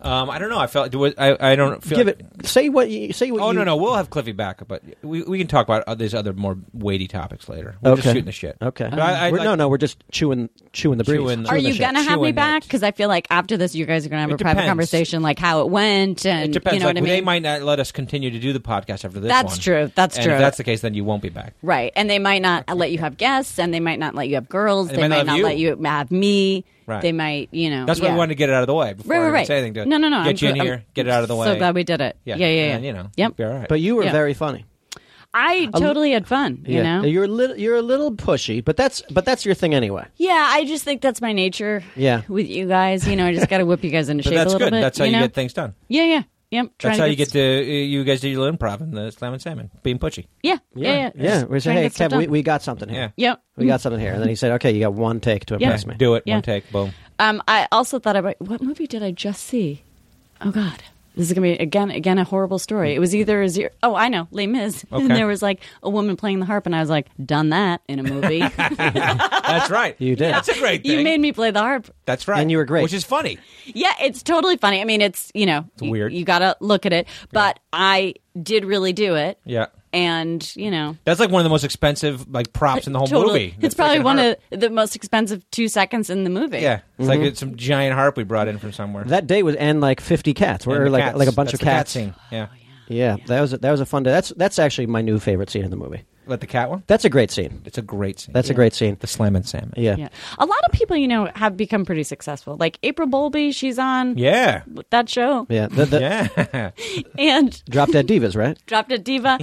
S5: Um, I don't know. I felt. Was, I I don't feel.
S4: Give it. Say what you say. What
S5: Oh
S4: you,
S5: no no, we'll have Cliffy back, but we, we can talk about uh, these other more weighty topics later. We're just
S4: Okay.
S5: shooting the shit.
S4: Okay.
S5: But I- I
S4: We're-
S5: like-
S4: no no. We're just chewing chewing the breeze.
S5: Chewing the-
S6: Are
S5: Chewing
S6: you
S5: shit.
S6: gonna have me
S5: Chewing it.
S6: back? Because I feel like after this, you guys are gonna have
S5: It
S6: a private
S5: depends.
S6: conversation, like how it went, and
S5: It depends.
S6: you know
S5: like,
S6: what I mean.
S5: They might not let us continue to do the podcast after this.
S6: That's
S5: one.
S6: true. That's
S5: And
S6: true.
S5: If that's the case, then you won't be back.
S6: Right, and they might not let you have guests, and they might not let you have girls.
S5: They
S6: They,
S5: might not have
S6: might not
S5: you.
S6: let you have me.
S5: Right.
S6: They might, you know.
S5: That's why
S6: yeah.
S5: we wanted to get it out of the way before
S6: Right, right,
S5: anyone
S6: right.
S5: said anything to
S6: no, no, no.
S5: Get
S6: I'm
S5: you in
S6: gl-
S5: here,
S6: I'm
S5: get it out of the way.
S6: So glad we did it. Yeah, yeah, yeah.
S5: And, you know,
S6: Yep.
S5: be all right.
S4: But you were
S6: Yeah.
S4: very funny.
S6: I totally had fun. You know.
S4: you're a little you're a little pushy, but that's but that's your thing anyway.
S6: Yeah, I just think that's my nature.
S4: Yeah.
S6: With you guys, you know, I just got to whip you guys into
S5: but
S6: shape a
S5: that's
S6: little
S5: good.
S6: bit.
S5: that's how you,
S6: know?
S5: get things done.
S6: Yeah, yeah, yep.
S5: That's
S6: trying
S5: how
S6: to
S5: you get
S6: s-
S5: to you guys do your little improv in the slam and salmon, being pushy.
S6: Yeah, yeah, yeah.
S4: Yeah, we
S6: Trying to
S4: say, hey,
S6: get stuff
S4: Kev, we,
S6: done.
S4: we got something here.
S6: Yep.
S4: We got something here. And then he said, okay, you got one take to impress me.
S5: Do it.
S6: Yeah.
S5: One take. Boom.
S6: Um, I also thought about what movie did I just see? Oh God, this is gonna be again, again a horrible story. It was either a zero oh I know, Les Mis, and
S5: Okay.
S6: there was like a woman playing the harp, and I was like, done that in a movie.
S5: That's right.
S4: You did.
S5: That's a great thing.
S6: you made me play the harp.
S5: That's right.
S4: And you were great.
S5: Which is funny.
S6: Yeah, it's totally funny. I mean, it's you know, you-
S5: weird.
S6: You, gotta look at it, but I did really do it.
S5: Yeah.
S6: and you know.
S5: That's like one of the most expensive like props in the whole
S6: totally.
S5: movie.
S6: It's
S5: The
S6: probably
S5: freaking
S6: one
S5: harp.
S6: of the most expensive two seconds in the movie.
S5: Yeah, it's like it's some giant harp we brought in from somewhere.
S4: Mm-hmm. That day was and like fifty cats.
S5: And
S4: We're
S5: the
S4: like
S5: cats.
S4: like a bunch
S5: That's
S4: of
S5: the cat
S4: cats.
S5: scene. Yeah.
S6: Oh,
S4: yeah, that was a, that was a fun day. That's that's actually my new favorite scene in the movie.
S5: But the cat one,
S4: That's a great scene.
S5: it's a great scene.
S4: That's a great scene.
S5: the slam and salmon.
S4: Yeah.
S6: Yeah. A lot of people, you know, have become pretty successful. Like April Bowlby, she's on
S5: Yeah,
S6: that show.
S4: Yeah. The, the
S5: yeah.
S6: And
S4: Drop Dead Divas, right?
S6: Drop Dead Diva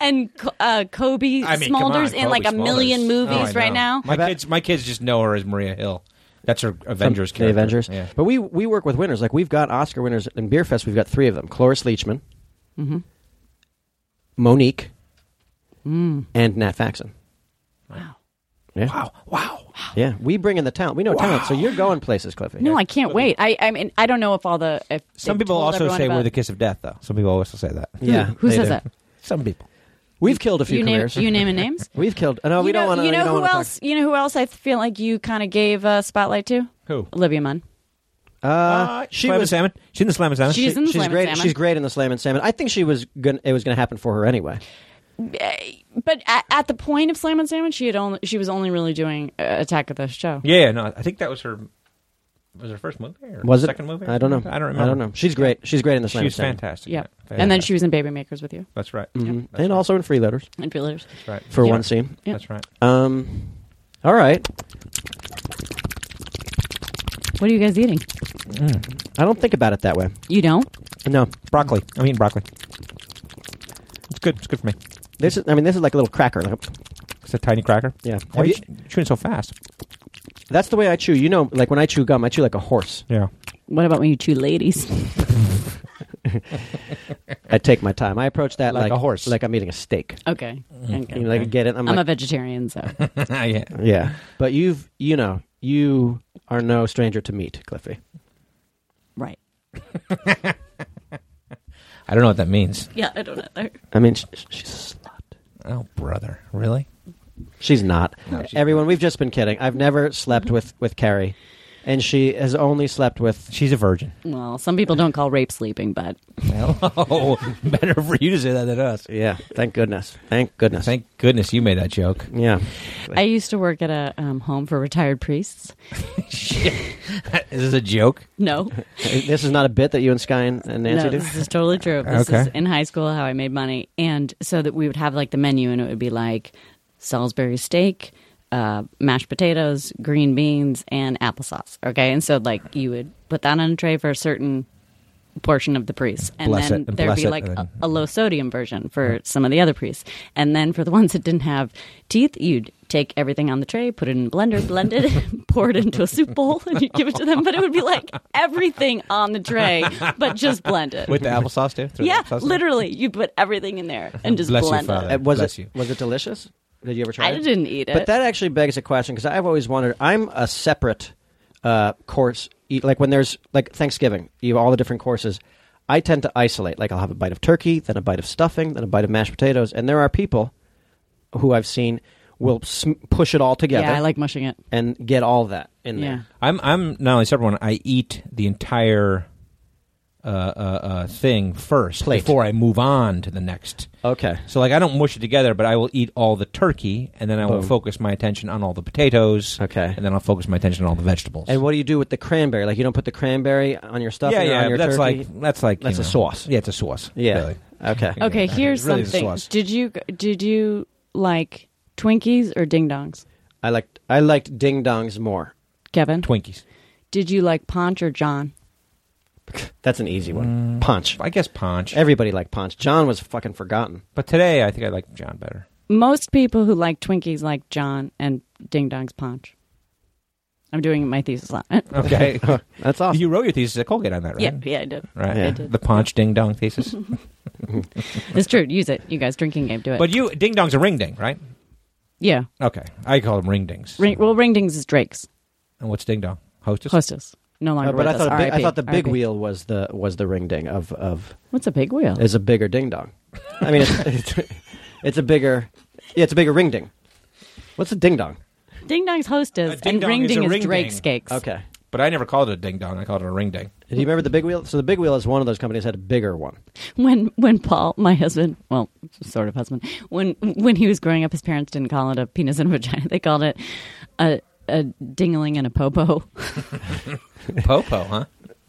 S6: and uh, Kobe
S5: I mean, come on,
S6: Smolders in
S5: Kobe
S6: like a
S5: Smulders.
S6: million
S5: Oh,
S6: movies
S5: I
S6: right
S5: know.
S6: now.
S5: My
S4: About-
S5: kids, my kids just know her as Maria Hill. That's her Avengers
S4: From
S5: character.
S4: The Avengers.
S5: Yeah.
S4: But we we work with winners. Like we've got Oscar winners in Beer Fest. We've got three of them: Cloris Leachman,
S6: Mm-hmm.
S4: Monique,
S6: Mm.
S4: and Nat Faxon.
S6: Wow.
S4: Yeah.
S5: Wow, wow.
S4: Yeah. We bring in the talent. We know talent, so you're going places, Cliffy.
S6: No, I can't wait. I, I mean, I don't know if all the if
S5: Some
S6: they
S5: people
S6: told
S5: also
S6: everyone
S5: say
S6: about-
S5: we're the kiss of death, though. Some people also say that.
S4: Yeah.
S6: Who
S4: they
S6: says
S4: do.
S6: that?
S5: Some people.
S4: We've killed a few
S6: You name
S4: careers.
S6: you naming names.
S4: We've killed. uh, No, we
S6: you know,
S4: don't want to.
S6: you know who
S4: wanna
S6: else? You know who else? I feel like you kind of gave a spotlight to
S5: Who?
S6: Olivia Munn.
S4: Talk. Uh, she
S5: slam and
S4: was.
S5: salmon. She's in the slam and salmon.
S6: She's in the
S4: She's
S6: Slam and
S4: great.
S6: Salmon.
S4: She's great in the slam and salmon. I think she was. Gonna, it was going to happen for her anyway.
S6: Eh, But at, at the point of Slam and Sandwich, she had only she was only really doing uh, Attack of the Show.
S5: yeah, no, I think that was her was her first movie or
S4: Was it
S5: second movie?
S4: I don't know.
S5: I don't remember.
S4: I don't know. She's great. She's great in this.
S5: She's fantastic.
S6: Yeah.
S5: in it.
S6: And then
S5: Fantastic.
S6: she was in Baby Makers with you
S5: That's right.
S4: hmm
S5: That's
S4: And
S5: right.
S4: also in Freeloaders
S6: and Feelers.
S5: That's right.
S4: for
S6: Yeah.
S4: one scene.
S6: Yeah.
S5: That's right.
S4: Um, all right.
S6: What are you guys eating?
S4: I don't think about it that way.
S6: You don't?
S4: No,
S5: Broccoli. I'm eating broccoli. It's good. It's good for me.
S4: this is. I mean, this is like a little cracker. Like,
S5: It's a tiny cracker.
S4: yeah,
S5: Why
S4: Have
S5: are you
S4: you-
S5: ch- chewing so fast?
S4: that's the way I chew. You know, like when I chew gum, I chew like a horse.
S5: Yeah.
S6: What about when you two ladies?
S4: I take my time. I approach that
S5: Like
S4: like,
S5: a horse.
S4: like I'm eating a steak.
S6: okay. Okay.
S4: Mm-hmm. You know, like I get it. I'm,
S6: I'm a
S4: like,
S6: vegetarian, so
S5: yeah.
S4: yeah. But you've, you know, you are no stranger to meat, Cliffy.
S6: right.
S5: I don't know what that means.
S6: Yeah, I don't either.
S4: I mean, sh- sh- she's a slut.
S5: Oh, brother. Really?
S4: She's not.
S5: No, she's
S4: Everyone, we've just been kidding. I've never slept with with Carrie, and she has only slept with.
S5: She's a virgin.
S6: Well, some people don't call rape sleeping, but
S5: Hello. Oh, Better for you to say that than us.
S4: Yeah. Thank goodness. Thank goodness.
S5: Thank goodness you made that joke.
S4: yeah.
S6: I used to work at a um, home for retired priests.
S5: Shit. Is this a joke?
S6: No,
S4: this is not a bit that you and Sky and, and Nancy
S6: no,
S4: do. Uh,
S6: this is totally true. This
S5: Okay.
S6: is in high school how I made money, and so that we would have like the menu, and it would be like Salisbury steak, uh, mashed potatoes, green beans, and applesauce. Okay, and so like you would put that on a tray for a certain portion of the priests, and
S5: Bless
S6: then
S5: it, and
S6: there'd
S5: bless
S6: be
S5: it,
S6: like
S5: and
S6: a,
S5: then-
S6: a low sodium version for some of the other priests, and then for the ones that didn't have teeth, you'd take everything on the tray, put it in a blender, blend it, pour it into a soup bowl, and you'd give it to them. But it would be like everything on the tray, but just blend it.
S5: With the applesauce too? Throw the
S6: Yeah,
S5: applesauce in?
S6: literally, you put everything in there and just
S5: Bless you,
S6: blend
S5: Father.
S6: it.
S4: Uh, was
S5: Bless
S4: it
S5: you.
S4: was it delicious? Did you ever try
S6: I
S4: it?
S6: didn't eat it.
S4: But that actually begs a question because I've always wondered. I'm a separate uh, course. Eat, like when there's like Thanksgiving, you have all the different courses. I tend to isolate. Like I'll have a bite of turkey, then a bite of stuffing, then a bite of mashed potatoes. And there are people who I've seen will sm- push it all
S6: yeah,
S4: together
S6: I like mushing it.
S4: and get all that in
S6: Yeah,
S4: there.
S5: I'm I'm not only separate one. I eat the entire uh, uh, uh, thing first
S4: Plate.
S5: before I move on to the next.
S4: Okay.
S5: So like I don't mush it together, but I will eat all the turkey, and then I will
S4: Boom.
S5: focus my attention on all the potatoes.
S4: Okay.
S5: and then I'll focus my attention on all the vegetables.
S4: And what do you do with the cranberry? Like you don't put the cranberry on your stuffing
S5: yeah,
S4: or
S5: yeah,
S4: on your
S5: but that's
S4: turkey?
S5: like that's like
S4: That's
S5: you
S4: a
S5: know,
S4: sauce.
S5: Yeah, it's a sauce.
S4: yeah.
S5: really.
S4: Okay.
S6: Okay,
S5: Yeah,
S6: here's
S5: really the
S6: something.
S5: sauce.
S6: Did you did you like Twinkies or Ding Dongs,
S4: I liked I liked ding dongs more.
S6: Kevin?
S5: Twinkies.
S6: did you like Ponch or John?
S4: That's an easy one. Punch.
S5: I guess punch.
S4: Everybody liked Punch. John was fucking forgotten.
S5: but today I think I like John better.
S6: Most people who like Twinkies like John and Ding Dongs Ponch. I'm doing my thesis on it.
S5: Okay,
S4: That's awesome.
S5: you wrote your thesis at Colgate on that, right?
S6: Yeah, yeah, I did. Mm-hmm.
S5: Right,
S4: Yeah.
S5: the punch ding dong thesis.
S6: It's true. Use it, you guys. Drinking game, do it.
S5: but you ding dong's a ring ding, right?
S6: yeah,
S5: Okay, I call them ring dings.
S6: ring, well, ring dings is Drake's
S5: And what's ding dong? Hostess.
S6: hostess. No longer,
S4: Uh, but
S6: with
S4: I
S6: us,
S4: thought, a big, I
S6: RIP.
S4: thought the big
S6: RIP.
S4: wheel Uh, was the was the ring ding of of
S6: What's a big wheel?
S4: is a bigger ding dong. I mean, it's, it's, it's a bigger, yeah, it's a bigger ring ding. What's a ding dong?
S6: Ding Dong's hostess
S5: A
S6: and
S5: ding-dong
S6: Ring
S5: is
S6: Ding
S5: a
S6: is
S5: ring
S6: Drake's
S5: ding.
S6: cakes.
S4: Okay.
S5: But I never called it a ding dong. I called it a ring ding.
S4: Do you remember the big wheel? So the big wheel is one of those companies that had a bigger one.
S6: When when Paul, my husband, well, sort of husband, when when he was growing up, his parents didn't call it a penis and vagina. They called it a a dingaling and a popo.
S5: Popo, huh?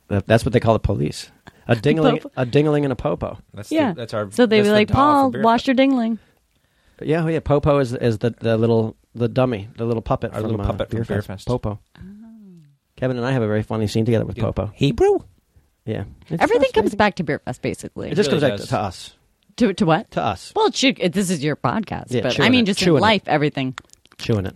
S4: That, that's what they call the police. A dingling,
S6: Popo.
S4: a dingling, and a popo.
S5: That's
S6: yeah,
S5: The, that's our.
S6: So they'd
S5: that's
S6: be
S5: the
S6: like,
S5: doll for
S6: Paul,
S5: beer.
S6: wash your dingling.
S4: Yeah, oh yeah. Popo is is the, the little the dummy, the little puppet,
S5: Our
S4: from,
S5: little
S4: uh,
S5: puppet from
S4: Beer
S5: Beer
S4: Fest.
S5: Fest.
S4: Popo.
S6: Oh.
S4: Kevin and I have a very funny scene together with
S5: Yeah.
S4: Popo.
S5: Hebrew.
S4: Yeah, It's
S6: Everything comes
S4: fascinating.
S6: back to Beer Fest, basically.
S4: It just
S5: really
S4: comes back
S5: does.
S4: to, to us.
S6: to to what?
S4: To us.
S6: well, chew, it- this is your podcast,
S4: Yeah,
S6: but
S4: chewing
S6: I mean,
S4: it,
S6: just in
S4: chewing it.
S6: life, everything.
S4: chewing it.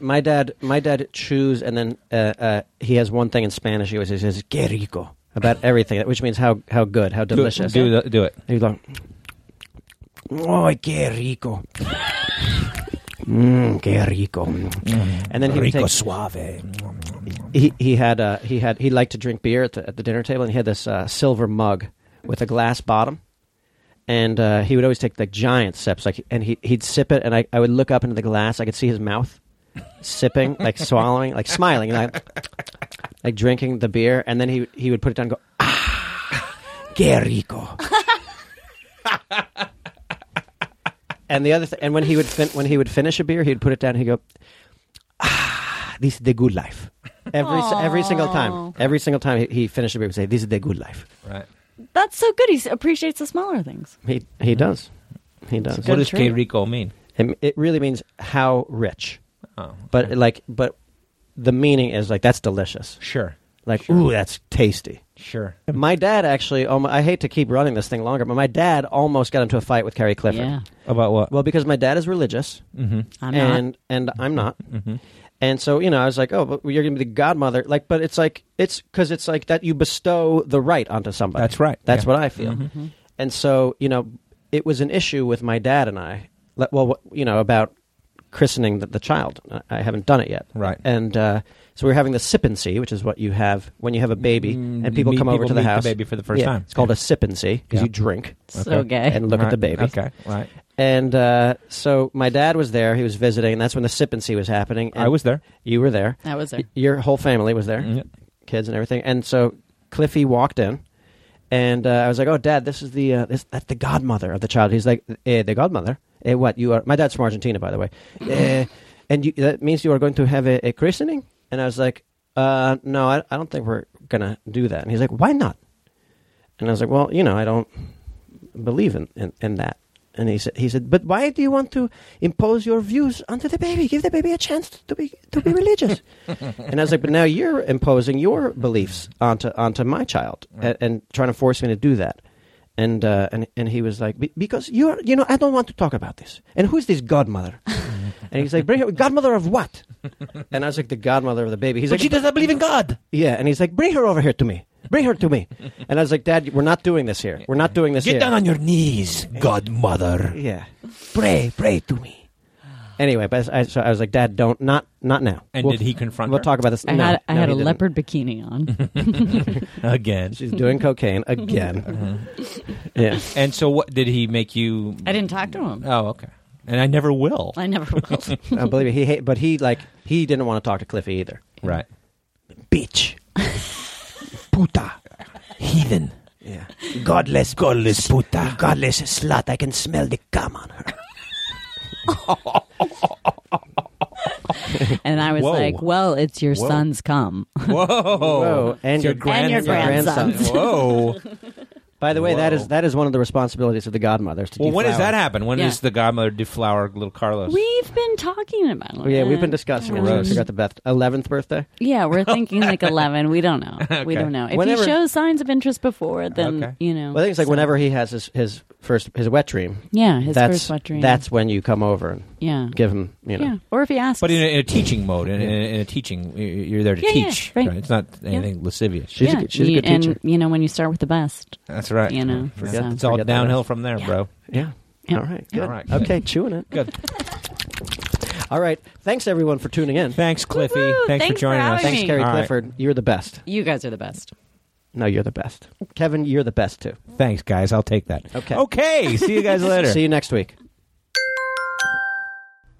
S4: My dad, my dad chews, and then uh, uh, he has one thing in Spanish. He always says "que rico" about everything, which means how how good, how
S5: Do it.
S4: delicious.
S5: Do, the, do it.
S4: And he's like, "Oh, que rico." Mmm, que rico. And then he, would
S5: Rico
S4: take,
S5: suave.
S4: he he had uh, he had he liked to drink beer at the at the dinner table, and he had this uh, silver mug with a glass bottom, and uh, he would always take like giant sips, like and he he'd sip it, and I, I would look up into the glass, I could see his mouth sipping, like swallowing, like smiling, like like drinking the beer, and then he he would put it down, and go ah, que rico. And the other, th- and when he would fin- when he would finish a beer, he'd put it down. and He'd go, ah, this is the good life. Every s every single time, every single time he, he finished a beer, he would say, "This is the good life."
S5: Right.
S6: That's so good. He s- appreciates the smaller things.
S4: He he does, he does.
S5: Mm-hmm. What does Que Rico mean?
S4: It, it really means how rich,
S5: Oh,
S4: but like, but the meaning is like that's delicious.
S5: sure,
S4: Like, ooh, that's tasty.
S5: sure.
S4: My dad actually, um, I hate to keep running this thing longer, but my dad almost got into a fight with Carrie Clifford.
S6: Yeah.
S5: About what?
S4: Well, because my dad is religious,
S6: I'm
S4: and
S6: not.
S4: and I'm not,
S5: Mm-hmm.
S4: and so you know, I was like, oh, but you're gonna be the godmother, like, but it's like it's because it's like that you bestow the right onto somebody.
S5: That's right.
S4: That's
S5: Yeah. Mm-hmm.
S4: what I feel, Mm-hmm. and so you know, it was an issue with my dad and I. like, Well, what- you know about christening the, the child. I- I haven't done it yet,
S5: Right.
S4: And uh, so we we're having the sippancy, which is what you have when you have a baby,
S5: Mm,
S4: and people
S5: meet-
S4: come over
S5: people
S4: to the
S5: meet the
S4: house.
S5: baby for the first
S4: Yeah,
S5: time.
S4: It's called
S5: Yeah.
S4: a sippancy because
S5: Yeah. Eh.
S4: you drink
S6: so gay.
S4: and look at
S5: Right.
S4: the baby.
S5: Okay, right.
S4: And uh, so my dad was there. He was visiting, and that's when the sippancy was happening. And
S5: I was there.
S4: You were there.
S6: that was it.
S4: Your whole family was there,
S5: Yep.
S4: kids and everything. And so Cliffy walked in, and uh, I was like, "Oh, Dad, this is the uh, this, that's the godmother of the child." He's like, eh, "The godmother? Eh, what? You are?" My dad's from Argentina, by the way.
S5: Mm-hmm.
S4: eh, and you, that means you are going to have a, a christening. And I was like, uh, "No, I, I don't think we're gonna do that." And he's like, "Why not?" And I was like, well, you know, I don't believe in, in, in that. And he said, he said, but why do you want to impose your views onto the baby? Give the baby a chance to be to be religious. and I was like, but now you're imposing your beliefs onto onto my child and, and trying to force me to do that. And uh, and and he was like, "Be- because you are, you know, I don't want to talk about this. And who is this godmother? and he's like, bring her, godmother of what? And I was like, the godmother of the baby. He's
S2: But she
S4: like,
S2: does not believe in God.
S4: yeah, and he's like, "Bring her over here to me. Bring her to me." and I was like, "Dad, we're not doing this here. We're not doing this
S2: Get
S4: here."
S2: down on your knees, Godmother.
S4: yeah.
S2: Pray, pray to me.
S4: Anyway, but I, so I was like, "Dad, don't not not now."
S5: And
S4: We'll-
S5: did he confront
S4: We'll
S5: her?
S4: talk about this.
S6: I
S4: No,
S6: had I
S4: no,
S6: had
S4: he
S6: a
S4: didn't.
S6: leopard bikini on.
S5: Again.
S4: She's doing cocaine again.
S6: Uh-huh.
S4: yeah.
S5: And so, what did he make you?
S6: I didn't talk to him.
S5: Oh, okay. And I never will.
S6: I never will.
S4: I believe it. He hate, but he like he didn't want to talk to Cliffy either.
S5: Right.
S2: Bitch. puta. Heathen.
S4: Yeah.
S2: Godless, godless puta. Godless slut. I can smell the cum on her.
S6: And I was
S5: Whoa.
S6: like, "Well, it's your son's cum."
S5: Whoa. Oh,
S4: Whoa, and
S5: It's
S4: your-
S6: and your grandson.
S5: Whoa.
S4: By the way, that
S5: Whoa.
S4: is that is one of the responsibilities of the godmother. is to
S5: well, when does
S4: deflower.
S5: that happen? When
S6: Yeah.
S5: does the godmother deflower little Carlos?
S6: We've been talking about
S4: Oh,
S6: it.
S4: yeah, we've been discussing. it. We're trying to
S5: Gross.
S4: figure out the best eleventh birthday.
S6: Yeah, we're thinking like 11. We don't know. We don't know. If
S4: Whenever-
S6: he shows signs of interest before, then,
S5: Okay.
S6: you know.
S4: Well, I think it's like
S6: Oh. so-
S4: whenever he has his, his first his wet dream.
S6: Yeah, his
S4: that's,
S6: first wet dream.
S4: That's when you come over and
S6: Yeah.
S4: give him, you know.
S6: yeah. Or if he asks.
S5: But in a, in a teaching mode, in,
S4: Yeah.
S5: in, in a teaching, y- you're there to
S6: Yeah, yeah,
S5: teach.
S6: right.
S5: It's not anything lascivious.
S4: She's,
S6: yeah,
S4: a, good- she's a good
S6: you- and,
S4: teacher.
S6: you know, when you start with the best.
S5: That's right.
S6: You know,
S5: Forget-
S6: so-
S5: it's all
S4: forget that.
S5: downhill from there, bro.
S4: Yeah.
S6: Yeah.
S4: All right. Good.
S5: All right, good.
S4: Okay, chewing it.
S5: Good.
S4: All right. Thanks everyone for tuning in.
S5: Thanks, Cliffy.
S6: Woo-hoo.
S5: Thanks, for
S6: Thanks for
S5: joining us.
S6: having
S4: Thanks,
S6: me.
S4: Carrie
S5: All right.
S4: Clifford. You're the best.
S6: You guys are the best.
S4: No, you're the best. Kevin, you're the best too.
S5: Thanks, guys. I'll take that.
S4: Okay.
S5: Okay. See you guys later.
S4: See you next week.